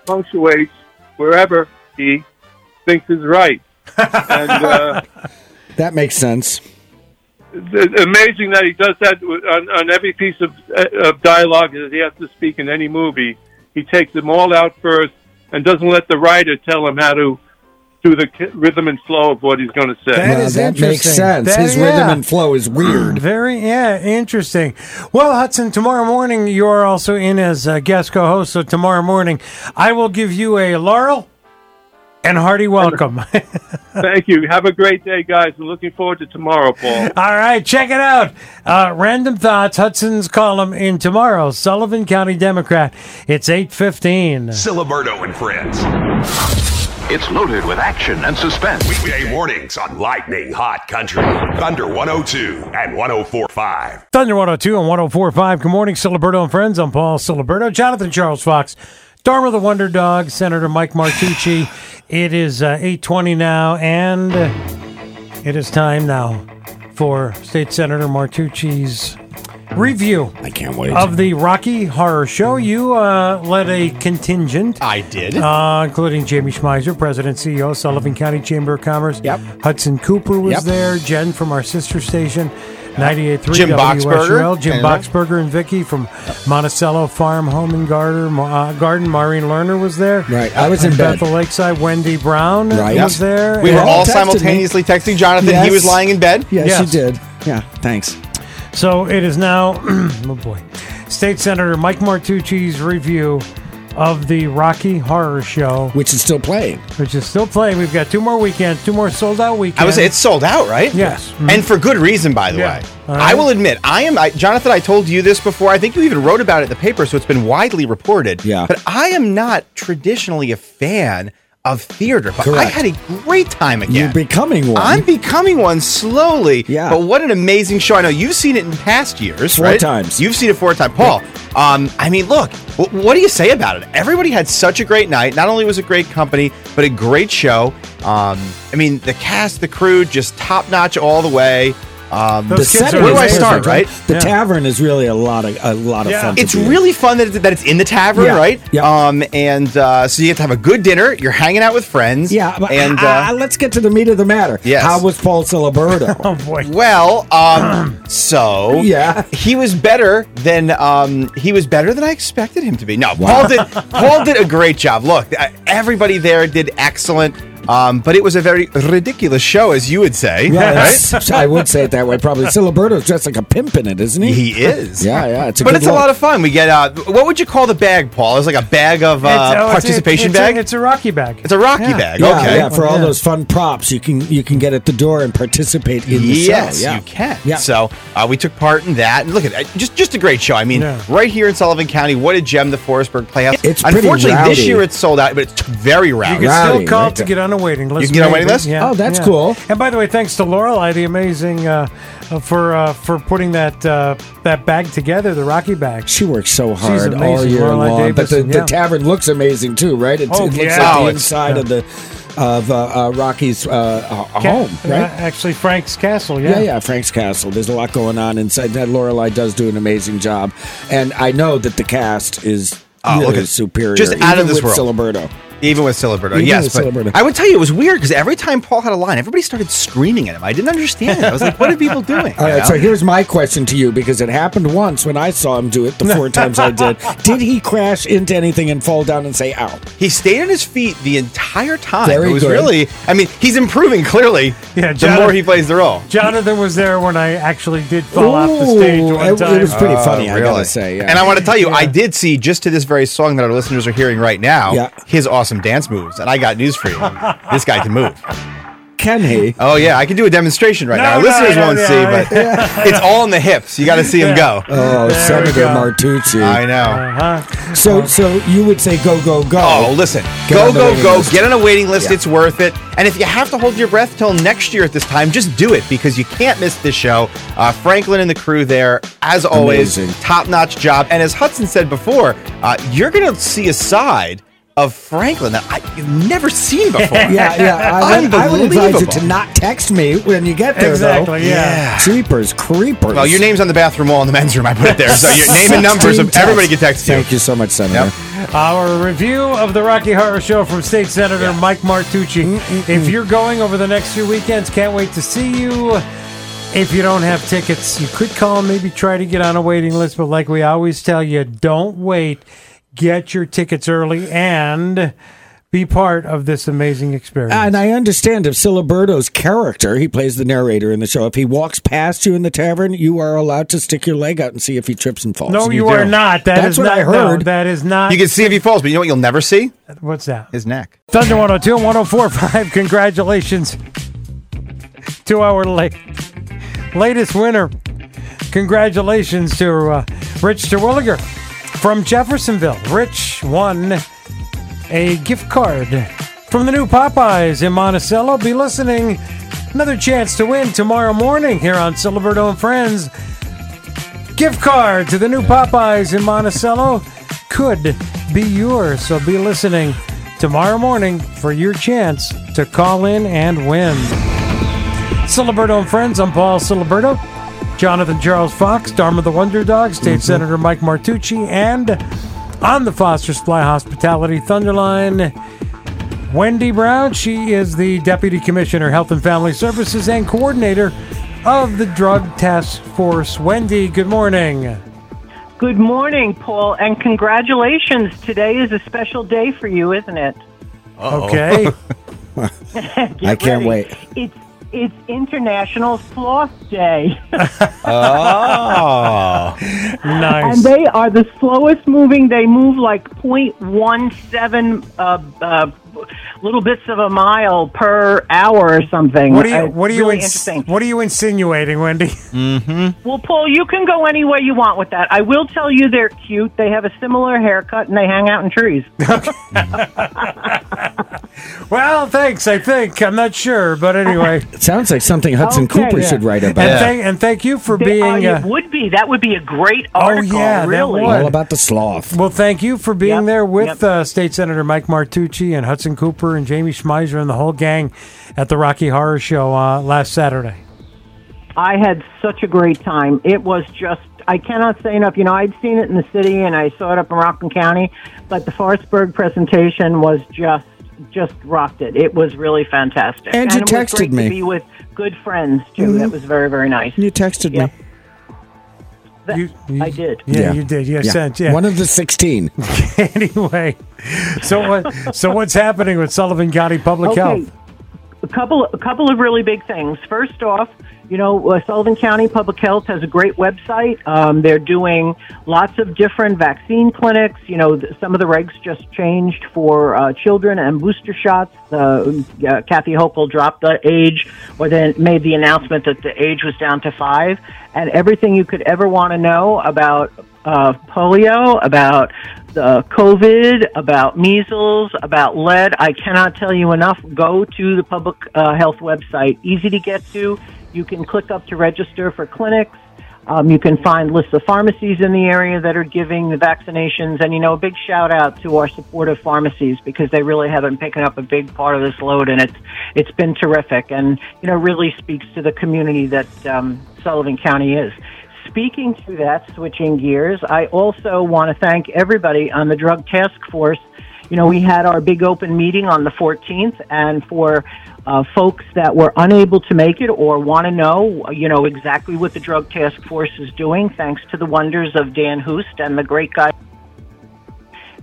S16: punctuates wherever he thinks is right. and uh,
S5: That makes sense.
S16: it's amazing that he does that with- on, on every piece of, uh, of dialogue that he has to speak in any movie. He takes them all out first and doesn't let the writer tell him how to do the ki- rhythm and flow of what he's going to say.
S5: Now, that makes sense.
S4: That-
S5: His
S4: yeah.
S5: rhythm and flow is weird.
S4: Very, yeah, interesting. Well, Hudson, tomorrow morning you are also in as a guest co-host. So tomorrow morning, I will give you a Laurel and hearty welcome.
S16: Thank you. Have a great day, guys. I'm looking forward to tomorrow, Paul.
S4: All right, check it out. Uh, Random thoughts. Hudson's column in tomorrow's Sullivan County Democrat. It's eight fifteen.
S3: Siliberto and friends.
S12: It's loaded with action and suspense.
S3: Weekday mornings on Lightning Hot Country. Thunder 102 and 1045.
S4: Thunder 102 and 1045. Good morning, Siliberto and friends. I'm Paul Siliberto. Jonathan Charles Fox, Dharma the Wonder Dog, Senator Mike Martucci. It is uh, 820 now, and it is time now for State Senator Martucci's review
S5: I can't wait.
S4: of the Rocky Horror Show. You uh, led a contingent.
S6: I did.
S4: Uh, including Jamie Schmeiser, President CEO, Sullivan County Chamber of Commerce. Yep. Hudson Cooper was
S6: Mm-hmm. Yep.
S4: there. Jen from our sister station, 98.3
S6: Jim
S4: WSRL.
S6: Boxberger.
S4: Jim
S6: Yeah.
S4: Boxberger and Vicky from Monticello Farm Home and Garden. Uh, Garden. Maureen Lerner was there.
S5: Right. I was in
S4: And
S5: bed.
S4: Bethel Lakeside. Wendy Brown
S5: Right.
S4: was there.
S6: We were
S4: And-
S6: all simultaneously texting Jonathan. He
S5: Yes.
S6: was lying in bed.
S5: Yes,
S4: Yes.
S5: you did. Yeah, thanks.
S4: So it is now, *clears throat* oh boy, State Senator Mike Martucci's review of the Rocky Horror Show,
S5: which is still playing.
S4: Which is still playing. We've got two more weekends, two more sold out weekends.
S6: I would say it's sold out, right? Mm-hmm.
S4: Yes.
S6: And for good reason, by the
S4: Yeah.
S6: way.
S4: All
S6: I
S4: right.
S6: will admit, I am, I, Jonathan, I told you this before. I think you even wrote about it in the paper, so it's been widely reported. Yeah. But I am not traditionally a fan of theater, but I
S5: Correct.
S6: had a great time again.
S5: You're becoming one.
S6: I'm becoming one slowly. Yeah. But what an amazing show. I know you've seen it in past years,
S5: Four
S6: right?
S5: times.
S6: You've seen it four times. Paul, um, I mean, look, wh- what do you say about it? Everybody had such a great night. Not only was it great company, but a great show. Um, I mean, the cast, the crew, just top notch all the way. Um,
S5: The set
S6: where do I
S5: is
S6: start,
S5: perfect,
S6: right?
S5: The tavern is really a lot of a lot of fun. to
S6: It's
S5: be in.
S6: really fun that, it- that it's in the tavern,
S5: Yeah.
S6: right? Yeah. Um, and uh, so you have to have a good dinner. You're hanging out with friends. Yeah.
S5: But,
S6: And uh,
S5: ah, let's get to the meat of the matter.
S6: Yes.
S5: How was Paul Siliberto?
S4: *laughs* oh boy.
S6: Well,
S5: *clears throat*
S6: um, so
S5: Yeah.
S6: he was better than um, he was better than I expected him to be. No, Paul did Paul did a great job. Look, uh, everybody there did excellent. Um, but it was a very ridiculous show, as you would say.
S5: Yeah,
S6: right?
S5: that's- I would say it that way. Probably Siliberto's dressed like a pimp in it, isn't he?
S6: He is.
S5: Yeah, yeah. It's a
S6: but
S5: good
S6: it's a lot of fun. We get uh, what would you call the bag, Paul? It's like a bag of uh,
S4: It's- oh, it's-
S6: participation
S4: it's a-
S6: bag.
S4: it's a Rocky bag.
S6: It's a Rocky
S4: Yeah.
S6: bag.
S5: Yeah,
S6: okay.
S5: yeah. For all those fun props, you can you can get at the door and participate in the
S6: yes,
S5: show. Yeah.
S6: you can. So uh, we took part in that, and look at it, just just a great show. I mean,
S5: Yeah.
S6: right here in Sullivan County, what a gem the Forestburg Playhouse.
S5: It's pretty
S6: unfortunately
S5: rowdy.
S6: this year it's sold out, but it's very
S4: You
S6: rowdy.
S4: can still call to get on a waiting list.
S6: can get on a waiting
S4: maybe.
S6: list? Oh, that's
S5: cool.
S4: And by the way, thanks to Lorelei, the amazing uh, uh, for uh, for putting that uh, that bag together, the Rocky bag.
S5: She works so
S4: She's
S5: hard all
S4: amazing,
S5: year
S4: Lorelei
S5: long. but the,
S4: Davidson,
S5: the
S4: yeah.
S5: tavern looks amazing too, right? It's,
S4: Oh,
S5: it looks
S4: yeah.
S5: like
S4: Oh,
S5: the
S4: it's-
S5: inside of the of uh, uh, Rocky's uh, uh,
S4: Ca-
S5: home,
S4: uh,
S5: right?
S4: actually, Frank's Castle. Yeah.
S5: Yeah, yeah, Frank's Castle. There's a lot going on inside. That Lorelai does do an amazing job, and I know that the cast is
S6: Oh,
S5: really
S6: look at-
S5: superior.
S6: Oh, just out
S5: even
S6: of this
S5: with
S6: world.
S5: Siliberto.
S6: Even with Siliberto,
S5: Even
S6: yes.
S5: with
S6: but
S5: Siliberto.
S6: I would tell you it was weird because every time Paul had a line, everybody started screaming at him. I didn't understand. it. I was like, what are
S5: *laughs*
S6: people doing?
S5: All
S6: You
S5: right,
S6: know?
S5: so here's my question to you because it happened once when I saw him do it
S4: *laughs*
S5: the four times I did. Did he crash into anything and fall down and say, ow?
S6: He stayed on his feet the entire time.
S5: Very
S6: it was
S5: good.
S6: really, I mean, he's improving clearly
S4: Yeah,
S6: the more
S4: Jonathan-
S6: he plays the role.
S4: Jonathan was there when I actually did fall off the stage
S5: Ooh,
S4: one
S5: it- it
S4: time.
S5: was pretty funny, I gotta say, yeah.
S6: Uh, And I want to tell you, I did see just to this very song that our listeners are hearing right now,
S5: Yeah.
S6: his awesome dance moves. And I got news for you. this guy can move.
S5: Can
S6: *laughs*
S5: he?
S6: Oh, yeah. I can do a demonstration right now. Our
S5: no,
S6: listeners
S5: no,
S6: won't
S5: no,
S6: see,
S5: no.
S6: but it's all in the hips. You got to see him go.
S5: Oh, Senator Martucci.
S6: I know.
S5: So, so you would say go, go, go.
S6: Oh, listen.
S5: Get
S6: go,
S5: on the
S6: go,
S5: waiting
S6: go.
S5: list.
S6: Get on a waiting list.
S5: Yeah.
S6: It's worth it. And if you have to hold your breath till next year at this time, just do it because you can't miss this show. Uh, Franklin and the crew there, as always,
S5: Amazing.
S6: top notch job. And as Hudson said before, uh, you're going to see a side of Franklin that I, you've never
S5: *laughs*
S6: seen before.
S5: yeah, yeah. I would, I would advise you
S6: Unbelievable.
S5: to not text me when you get there, though.
S6: Exactly, yeah. Yeah.
S5: Jeepers, creepers.
S6: Well, your name's on the bathroom wall in the men's room. I put it there. So your
S5: *laughs*
S6: name and numbers of everybody can text you.
S5: Thank you so much, Senator.
S4: Our review of the Rocky Horror Show from State Senator Mike Martucci. If you're going over the next few weekends, can't wait to see you. If you don't have tickets, you could call, maybe try to get on a waiting list, but like we always tell you, don't wait. Get your tickets early and be part of this amazing experience.
S5: And I understand if Siliberto's character, he plays the narrator in the show, if he walks past you in the tavern, you are allowed to stick your leg out and see if he trips and falls.
S4: No, you, are not. That
S5: That's
S4: is
S5: what
S4: not,
S5: I heard.
S4: no, that is not.
S6: You can see if he falls, but you know what you'll never see?
S4: What's that?
S6: His neck.
S4: Thunder 102 and 1045. *laughs* Congratulations. Two hour late. Latest winner. Congratulations to uh, Rich Terwilliger from Jeffersonville. Rich won a gift card from the new Popeyes in Monticello. Be listening. Another chance to win tomorrow morning here on Silverdo and Friends gift card to the new Popeyes in Monticello could be yours. So be listening tomorrow morning for your chance to call in and win. Siliberto and friends, I'm Paul Siliberto, Jonathan Charles Fox, Dharma the Wonder Dog, State Senator Mike Martucci, and on the Foster's Fly Hospitality Thunderline. Wendy Brown. She is the Deputy Commissioner, Health and Family Services, and coordinator of the Drug Task Force. Wendy, good morning.
S17: Good morning, Paul, and congratulations. Today is a special day for you, isn't it? *laughs*
S4: Okay.
S17: Get
S5: I
S17: ready.
S5: can't wait.
S17: It's it's International Sloth Day. *laughs*
S6: Oh.
S17: And they are the slowest moving. They move like 0.17 uh, uh, little bits of a mile per hour or something.
S4: What are you
S17: Uh,
S4: what are you
S17: really
S4: ins-
S17: interesting.
S4: what are you insinuating, Wendy? *laughs* Mm-hmm.
S17: Well, Paul, you can go any way you want with that. I will tell you they're cute. They have a similar haircut and they hang out in trees.
S4: Well, thanks. I think I'm not sure, but anyway.
S5: It sounds like something Hudson
S17: Okay.
S5: Cooper
S17: Yeah.
S5: should write
S4: And,
S5: about.
S4: thank, and thank you for
S17: They- oh,
S4: *laughs* being.
S17: it
S4: Uh,
S17: would be. That would be a great
S4: oh
S17: article.
S4: yeah,
S17: really.
S4: that would.
S5: All about the sloth.
S4: Well, thank you for being there with
S17: yep.
S4: uh, State Senator Mike Martucci and Hudson Cooper and Jamie Schmeiser and the whole gang at the Rocky Horror Show uh, last Saturday.
S17: I had such a great time. It was just, I cannot say enough. You know, I'd seen it in the city and I saw it up in Rockland County, but the Forestburg presentation was just, just rocked it. It was really fantastic.
S5: And you
S17: it was
S5: texted
S17: great
S5: me.
S17: To be with good friends, too.
S5: Mhm.
S17: That was very, very nice.
S5: You texted me.
S17: That- I did.
S4: Yeah, you did. You sent- yeah.
S5: One of the 16.
S4: *laughs* anyway, so what? So what's happening with Sullivan County Public
S17: Okay.
S4: Health?
S17: a couple a couple of really big things. First off, you know uh, Sullivan County Public Health has a great website. Um, they're doing lots of different vaccine clinics. You know, th- some of the regs just changed for uh, children and booster shots. Uh, uh, Kathy Hochul dropped the age, or then made the announcement that the age was down to five, and everything you could ever want to know about uh, polio, about the COVID, about measles, about lead. I cannot tell you enough. Go to the public uh, health website. Easy to get to. You can click up to register for clinics. Um, you can find lists of pharmacies in the area that are giving the vaccinations. And, you know, a big shout out to our supportive pharmacies because they really have been picking up a big part of this load and it's, it's been terrific and, you know, really speaks to the community that um, Sullivan County is. Speaking to that, switching gears, I also want to thank everybody on the Drug Task Force you know, we had our big open meeting on the 14th, and for uh, folks that were unable to make it or want to know, you know, exactly what the drug task force is doing, thanks to the wonders of Dan Hoost and the great guy.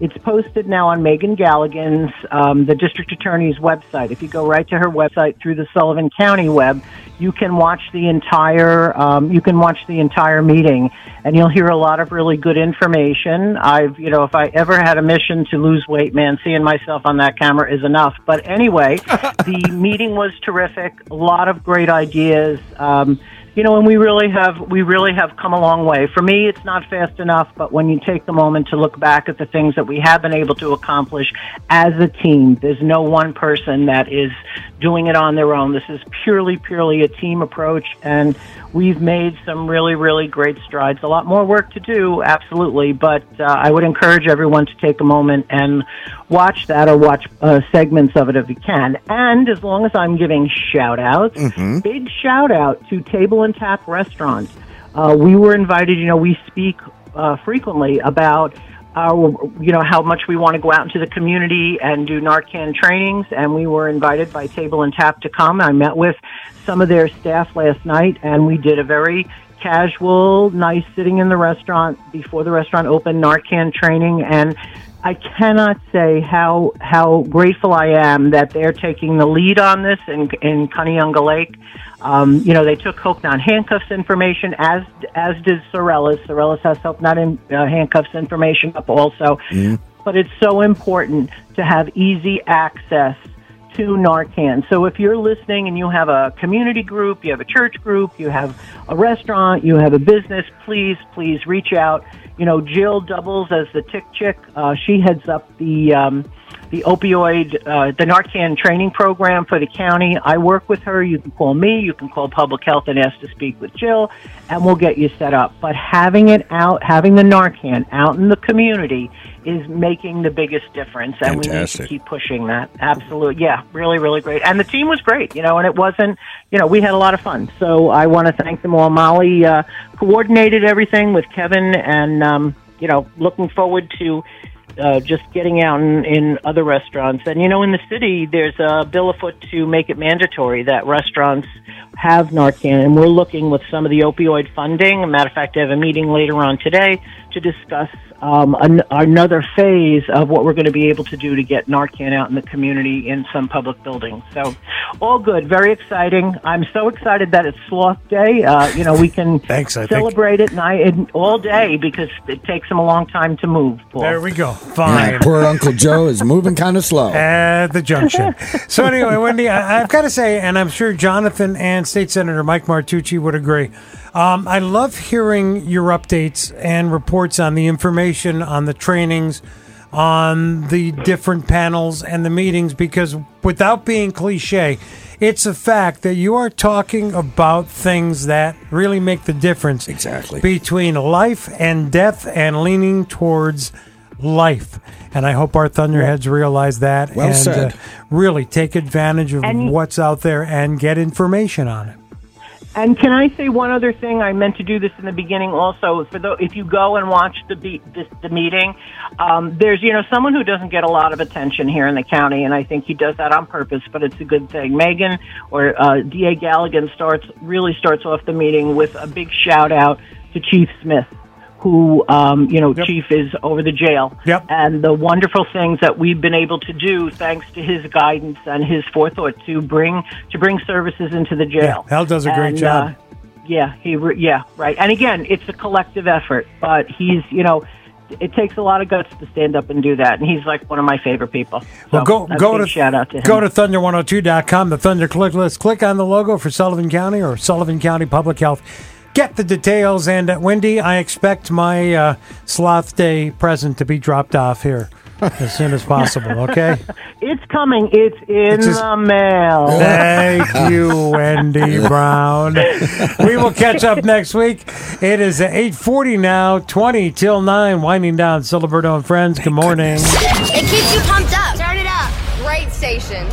S17: It's posted now on Megan Galligan's, um, the district attorney's website. If you go right to her website through the Sullivan County web, you can watch the entire um, you can watch the entire meeting, and you'll hear a lot of really good information. I've you know if I ever had a mission to lose weight, man, seeing myself on that camera is enough. But anyway, the meeting was terrific. A lot of great ideas. Um, you know, and we really have we really have come a long way. For me, it's not fast enough, but when you take the moment to look back at the things that we have been able to accomplish as a team, there's no one person that is doing it on their own. This is purely purely a team approach, and we've made some really really great strides. A lot more work to do, absolutely, but uh, I would encourage everyone to take a moment and watch that or watch uh, segments of it if you can. And as long as I'm giving shout outs, big shout out to Table and Tap Restaurant. Uh, we were invited, you know, we speak uh, frequently about our, you know, how much we want to go out into the community and do Narcan trainings. And we were invited by Table and Tap to come. I met with some of their staff last night and we did a very casual, nice sitting in the restaurant before the restaurant opened Narcan training. And I cannot say how how grateful I am that they're taking the lead on this in in Cunningunga Lake. Um, you know, they took Hope Not Handcuffs information as as did Sorellis. Sorellis has Hope Not in, uh, Handcuffs information up also. But it's so important to have easy access to Narcan. So if you're listening and you have a community group, you have a church group, you have a restaurant, you have a business, please, please reach out. You know, Jill doubles as the tick chick. Uh, she heads up the um, the opioid, uh, the Narcan training program for the county. I work with her. You can call me. You can call public health and ask to speak with Jill, and we'll get you set up. But having it out, having the Narcan out in the community is making the biggest difference, and we need to
S5: Fantastic.
S17: keep pushing that. Absolutely, yeah, really, really great. And the team was great, you know, and it wasn't, you know, we had a lot of fun. So I want to thank them all. Molly uh, coordinated everything with Kevin, and um, you know, looking forward to uh, just getting out in, in other restaurants. And you know, in the city, there's a bill afoot to make it mandatory that restaurants have Narcan, and we're looking with some of the opioid funding. As a matter of fact, I have a meeting later on today to discuss um, an, another phase of what we're going to be able to do to get Narcan out in the community in some public buildings. So, all good, very exciting. I'm so excited that it's Sloth Day. Uh, you know, we can
S4: Thanks, I think.
S17: celebrate it and I, and all day because it takes them a long time to move. Paul.
S4: There we go. Fine.
S5: Yeah, poor Uncle Joe is moving kind of
S4: *laughs*
S5: slow.
S4: At the junction. So anyway, Wendy, I, I've got to say, and I'm sure Jonathan and State Senator Mike Martucci would agree. Um, I love hearing your updates and reports on the information, on the trainings, on the different panels and the meetings, because without being cliche, it's a fact that you are talking about things that really make the difference. Exactly. Between life and death and leaning towards life. And I hope our Thunderheads realize that
S5: Well
S4: and
S5: said.
S4: Uh, really take advantage of
S17: And-
S4: what's out there and get information on it.
S17: And can I say one other thing? I meant to do this in the beginning. Also, for the, if you go and watch the be, this, the meeting, um, there's you know someone who doesn't get a lot of attention here in the county, and I think he does that on purpose. But it's a good thing. Megan or uh, DA Galligan starts really starts off the meeting with a big shout out to Chief Smith. Who, um, you know, Chief is over the jail. Yep. And the wonderful things that we've been able to do thanks to his guidance and his forethought to bring to bring services into the jail.
S4: Hal does a great
S17: And,
S4: job.
S17: uh, yeah, he. Re- yeah, right. And again, it's a collective effort, but he's you know, it takes a lot of guts to stand up and do that, and he's like one of my favorite people. So
S4: Well, go
S17: a
S4: go
S17: big
S4: to
S17: shout out to him.
S4: go to thunder102.com, the Thunder click list. Click on the logo for Sullivan County or Sullivan County Public Health. Get the details. And uh, Wendy, I expect my uh, Sloth Day present to be dropped off here as
S17: *laughs*
S4: soon as possible. Okay.
S17: it's coming. It's in
S4: It's just-
S17: the mail.
S4: Thank you, Wendy Brown. We will catch up next week. It is eight forty now, twenty till nine, winding down. Siliberto and friends. Good morning.
S2: It keeps you pumped up. Turn it up. Great
S11: station.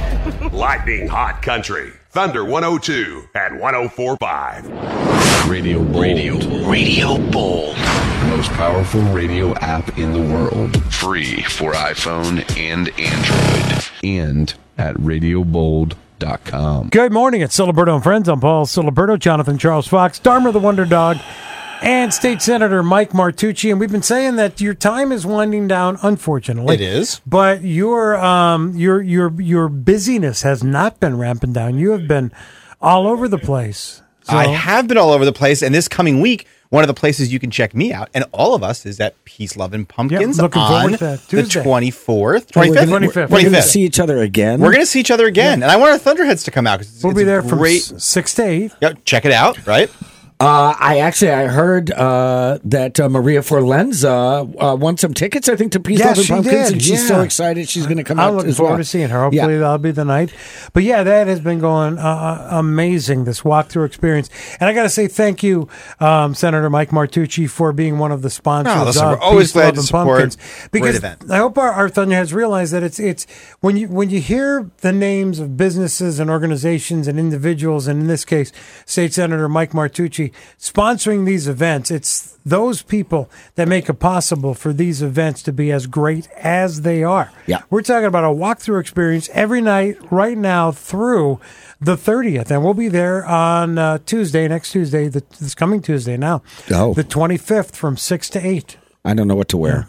S3: Lightning Hot Country, Thunder 102 and 1045.
S9: Radio Bold. Radio Bold. The most powerful radio app in the world. Free for iPhone and Android. And at radiobold.com.
S4: Good morning. It's Siliberto and friends. I'm Paul Siliberto, Jonathan Charles Fox, Dharma the Wonder Dog, and State Senator Mike Martucci. And we've been saying that your time is winding down, unfortunately.
S6: It is.
S4: But your um your your your busyness has not been ramping down. You have been all over the place. So,
S6: I have been all over the place, and this coming week, one of the places you can check me out and all of us is at Peace, Love, and Pumpkins
S4: Yeah, looking forward
S6: on
S4: to that.
S6: the
S4: Tuesday.
S6: twenty fourth,
S5: Oh, We're
S6: twenty
S5: gonna-
S6: fifth,
S5: We're going to see each other again.
S6: We're going to see each other again, and I want our Thunderheads to come out. 'cause it's-
S5: We'll be
S6: it's a
S5: there from
S6: great.
S4: six to eight.
S6: Yeah, check it out. Right.
S5: Uh, I actually I heard uh, that uh, Maria Forlenza uh, won some tickets. I think to Peace
S4: Yeah,
S5: Love and
S4: she
S5: Pumpkins,
S4: did,
S5: and she's
S4: yeah.
S5: so excited she's going to come out.
S4: I'm looking
S5: as
S4: forward
S5: well.
S4: to seeing her. Hopefully that'll be the night. But yeah, that has been going uh, uh, amazing. This walkthrough experience, and I got to say thank you, um, Senator Mike Martucci, for being one of the sponsors.
S6: Oh, listen,
S4: of
S6: we're always
S4: Peace,
S6: glad
S4: Love,
S6: to
S4: and
S6: support.
S4: Pumpkins.
S6: Great
S4: Because
S6: event.
S4: I hope our, our Thunderheads realize that it's it's when you when you hear the names of businesses and organizations and individuals, and in this case, State Senator Mike Martucci sponsoring these events. It's those people that make it possible for these events to be as great as they are.
S5: Yeah.
S4: We're talking about a walkthrough experience every night right now through the 30th. And we'll be there on uh, Tuesday, next Tuesday, the, this coming Tuesday now,
S5: Oh.
S4: the 25th from 6 to 8.
S5: I don't know what to wear.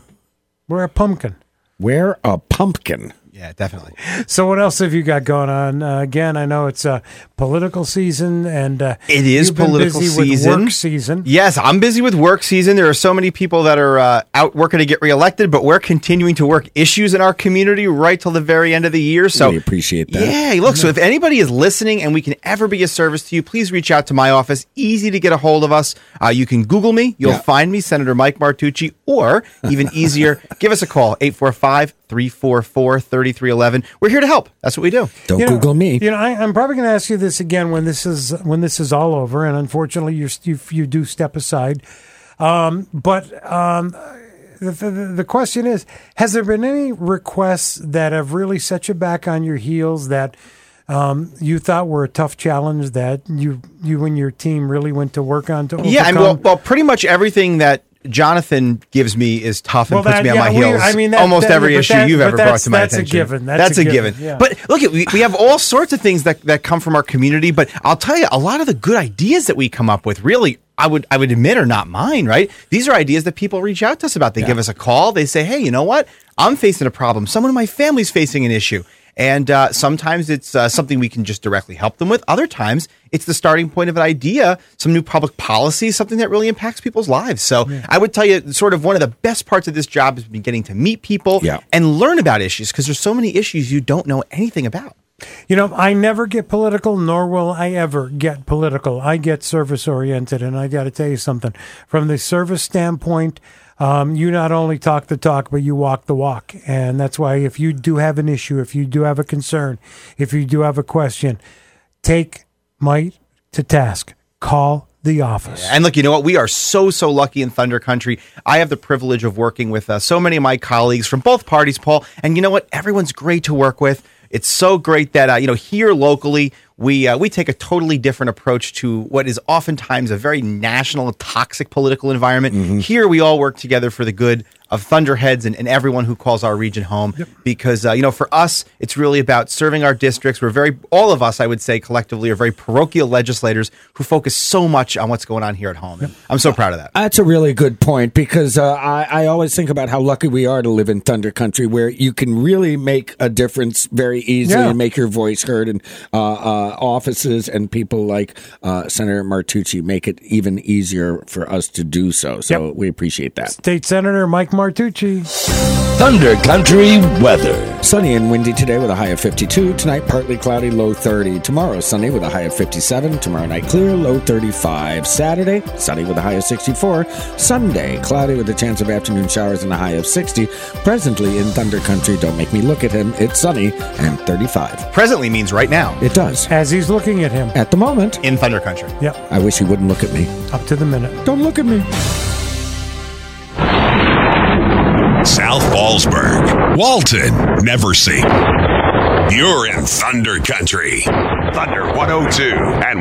S4: We're a pumpkin.
S5: Wear a pumpkin.
S6: Yeah, definitely.
S4: So what else have you got going on? Uh, again, I know it's uh, political season, and uh,
S6: It is
S4: you've been
S6: political
S4: busy with
S6: season.
S4: work season.
S6: Yes, I'm busy with work season. There are so many people that are uh, out working to get reelected, but we're continuing to work issues in our community right till the very end of the year. So
S5: we appreciate that.
S6: Yeah, look, so if anybody is listening and we can ever be a service to you, please reach out to my office. Easy to get a hold of us. Uh, you can Google me, you'll
S5: Yeah.
S6: find me, Senator Mike Martucci, or
S5: *laughs*
S6: even easier, give us a call, 845 344 3311. We're here to help. That's what we do.
S5: Don't
S4: You know-
S5: Google me.
S4: You know, I, I'm probably going to ask you this again when this is when this is all over, and unfortunately, you're, you you do step aside. Um, but um, the, the, the question is: Has there been any requests that have really set you back on your heels that um, you thought were a tough challenge that you you and your team really went to work on to overcome?
S6: Yeah, and well, well, pretty much everything that Jonathan gives me is tough and
S4: Well,
S6: puts
S4: that-
S6: me on
S4: yeah,
S6: my
S4: we-
S6: heels.
S4: I mean, that-
S6: almost
S4: that-
S6: every
S4: but
S6: issue
S4: that-
S6: you've
S4: but
S6: ever brought
S4: that's-
S6: to my
S4: that's a
S6: attention.
S4: given. That's a
S6: a
S4: given,
S6: given.
S4: yeah.
S6: But look, we, we have all sorts of things that, that come from our community. But I'll tell you, a lot of the good ideas that we come up with, really, I would I would admit are not mine. Right? These are ideas that people reach out to us about. They give us a call. They say, Hey, you know what? I'm facing a problem. Someone in my family's facing an issue. And uh, sometimes it's uh, something we can just directly help them with. Other times, it's the starting point of an idea, some new public policy, something that really impacts people's lives. So I would tell you, sort of one of the best parts of this job has been getting to meet people
S5: Yeah.
S6: and learn about issues because there's so many issues you don't know anything about.
S4: You know, I never get political, nor will I ever get political. I get service oriented, and I got to tell you something. From the service standpoint, um, you not only talk the talk, but you walk the walk. And that's why if you do have an issue, if you do have a concern, if you do have a question, take might to task. Call the office.
S6: And look, you know what? We are so, so lucky in Thunder Country. I have the privilege of working with uh, so many of my colleagues from both parties, Paul. And you know what? Everyone's great to work with. It's so great that, uh, you know, here locally, we, uh, we take a totally different approach to what is oftentimes a very national, toxic political environment. Here, we all work together for the good of Thunderheads and, and everyone who calls our region home. Because, uh, you know, for us, it's really about serving our districts. We're very, all of us, I would say, collectively, are very parochial legislators who focus so much on what's going on here at home. And I'm so proud of that.
S5: That's a really good point because uh, I, I always think about how lucky we are to live in Thunder Country, where you can really make a difference very easily
S4: Yeah.
S5: and make your voice heard, and uh, uh, offices and people like uh, Senator Martucci make it even easier for us to do so. So we appreciate that.
S4: State Senator Mike Martucci.
S5: Thunder Country weather. Sunny and windy today with a high of 52. Tonight, partly cloudy, low 30. Tomorrow, sunny with a high of 57. Tomorrow night, clear, low 35. Saturday, sunny with a high of 64. Sunday, cloudy with a chance of afternoon showers and a high of 60. Presently in Thunder Country, don't make me look at him. It's sunny and 35.
S6: Presently means right now
S5: It does.
S4: As he's looking at him.
S5: At the moment,
S6: in Thunder Country.
S4: Yep,
S5: I wish he wouldn't look at me.
S4: up to the minute.
S5: Don't look at me.
S3: South Ballsburg, Walton, Neversink, You're in Thunder Country. Thunder 102 and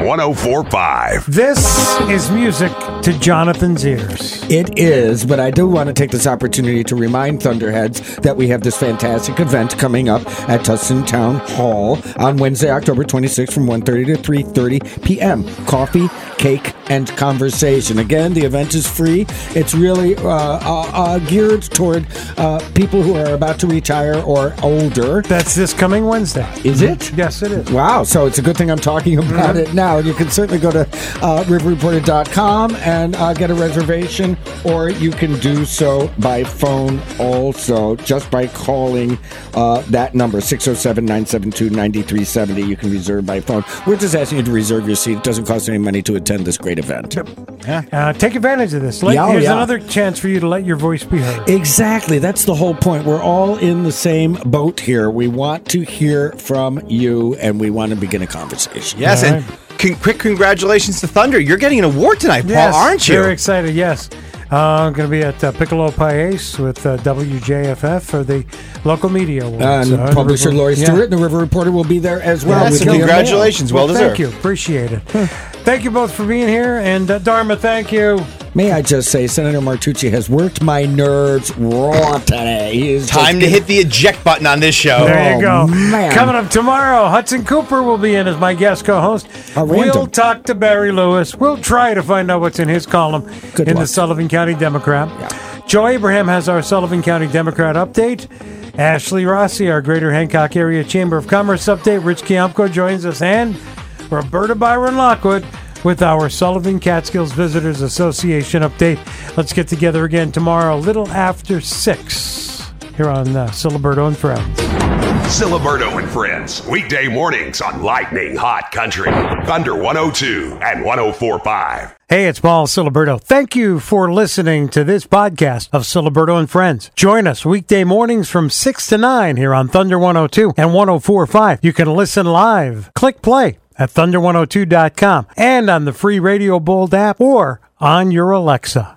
S3: 1045.
S4: This is music to Jonathan's ears.
S5: It is, but I do want to take this opportunity to remind Thunderheads that we have this fantastic event coming up at Tustin Town Hall on Wednesday, October 26th from 1.30 to 3.30 p.m. Coffee, cake, and conversation. Again, the event is free. It's really uh, uh, uh, geared toward uh, people who are about to retire or older.
S4: That's this coming Wednesday.
S5: Is it?
S4: Yes, it is.
S5: Wow. So it's a good thing I'm talking about
S4: Mhm.
S5: it now. You can certainly go to uh, riverreporter.com and uh, get a reservation, or you can do so by phone also, just by calling uh, that number, 607 972 9370. You can reserve by phone. We're just asking you to reserve your seat. It doesn't cost any money to attend this great event.
S4: Uh, take advantage of this. Let,
S5: Yeah, oh,
S4: here's
S5: yeah.
S4: another chance for you to let your voice be heard.
S5: Exactly. That's the whole point. We're all in the same boat here. We want to hear from you and we want to begin a conversation.
S6: Yes, and con- quick congratulations to Thunder. You're getting an award tonight, Paul,
S4: Yes,
S6: aren't you?
S4: Very excited. Yes, uh, I'm going to be at uh, Piccolo Paese with uh, WJFF for the local media awards.
S5: And
S4: Uh,
S5: publisher
S4: River-
S5: Lori
S4: yeah.
S5: Stewart and the River Reporter will be there as well.
S4: Yeah,
S5: with
S4: so
S5: Leah
S6: congratulations.
S5: Mayo.
S6: Well
S4: Thank you. Appreciate it. thank you both for being here. And uh, Dharma, thank you.
S5: May I just say, Senator Martucci has worked my nerves raw today. He is
S6: Time to hit the eject button on this show.
S4: There you go. Coming up tomorrow, Hudson Cooper will be in as my guest co-host. We'll talk to Barry Lewis. We'll try to find out what's in his column in the Sullivan County Democrat. Joe Abraham has our Sullivan County Democrat update. Ashley Rossi, our Greater Hancock Area Chamber of Commerce update. Rich Kiamko joins us, and Roberta Byron Lockwood with our Sullivan Catskills Visitors Association update. Let's get together again tomorrow, a little after six, here on uh, Siliberto and Friends.
S3: Siliberto and Friends, weekday mornings on Lightning Hot Country. Thunder 102 and 1045.
S4: Hey, it's Paul Siliberto. Thank you for listening to this podcast of Siliberto and Friends. Join us weekday mornings from 6 to 9 here on Thunder 102 and 1045. You can listen live. Click play oh at thunder102.com and on the free Radio Bold app or on your Alexa.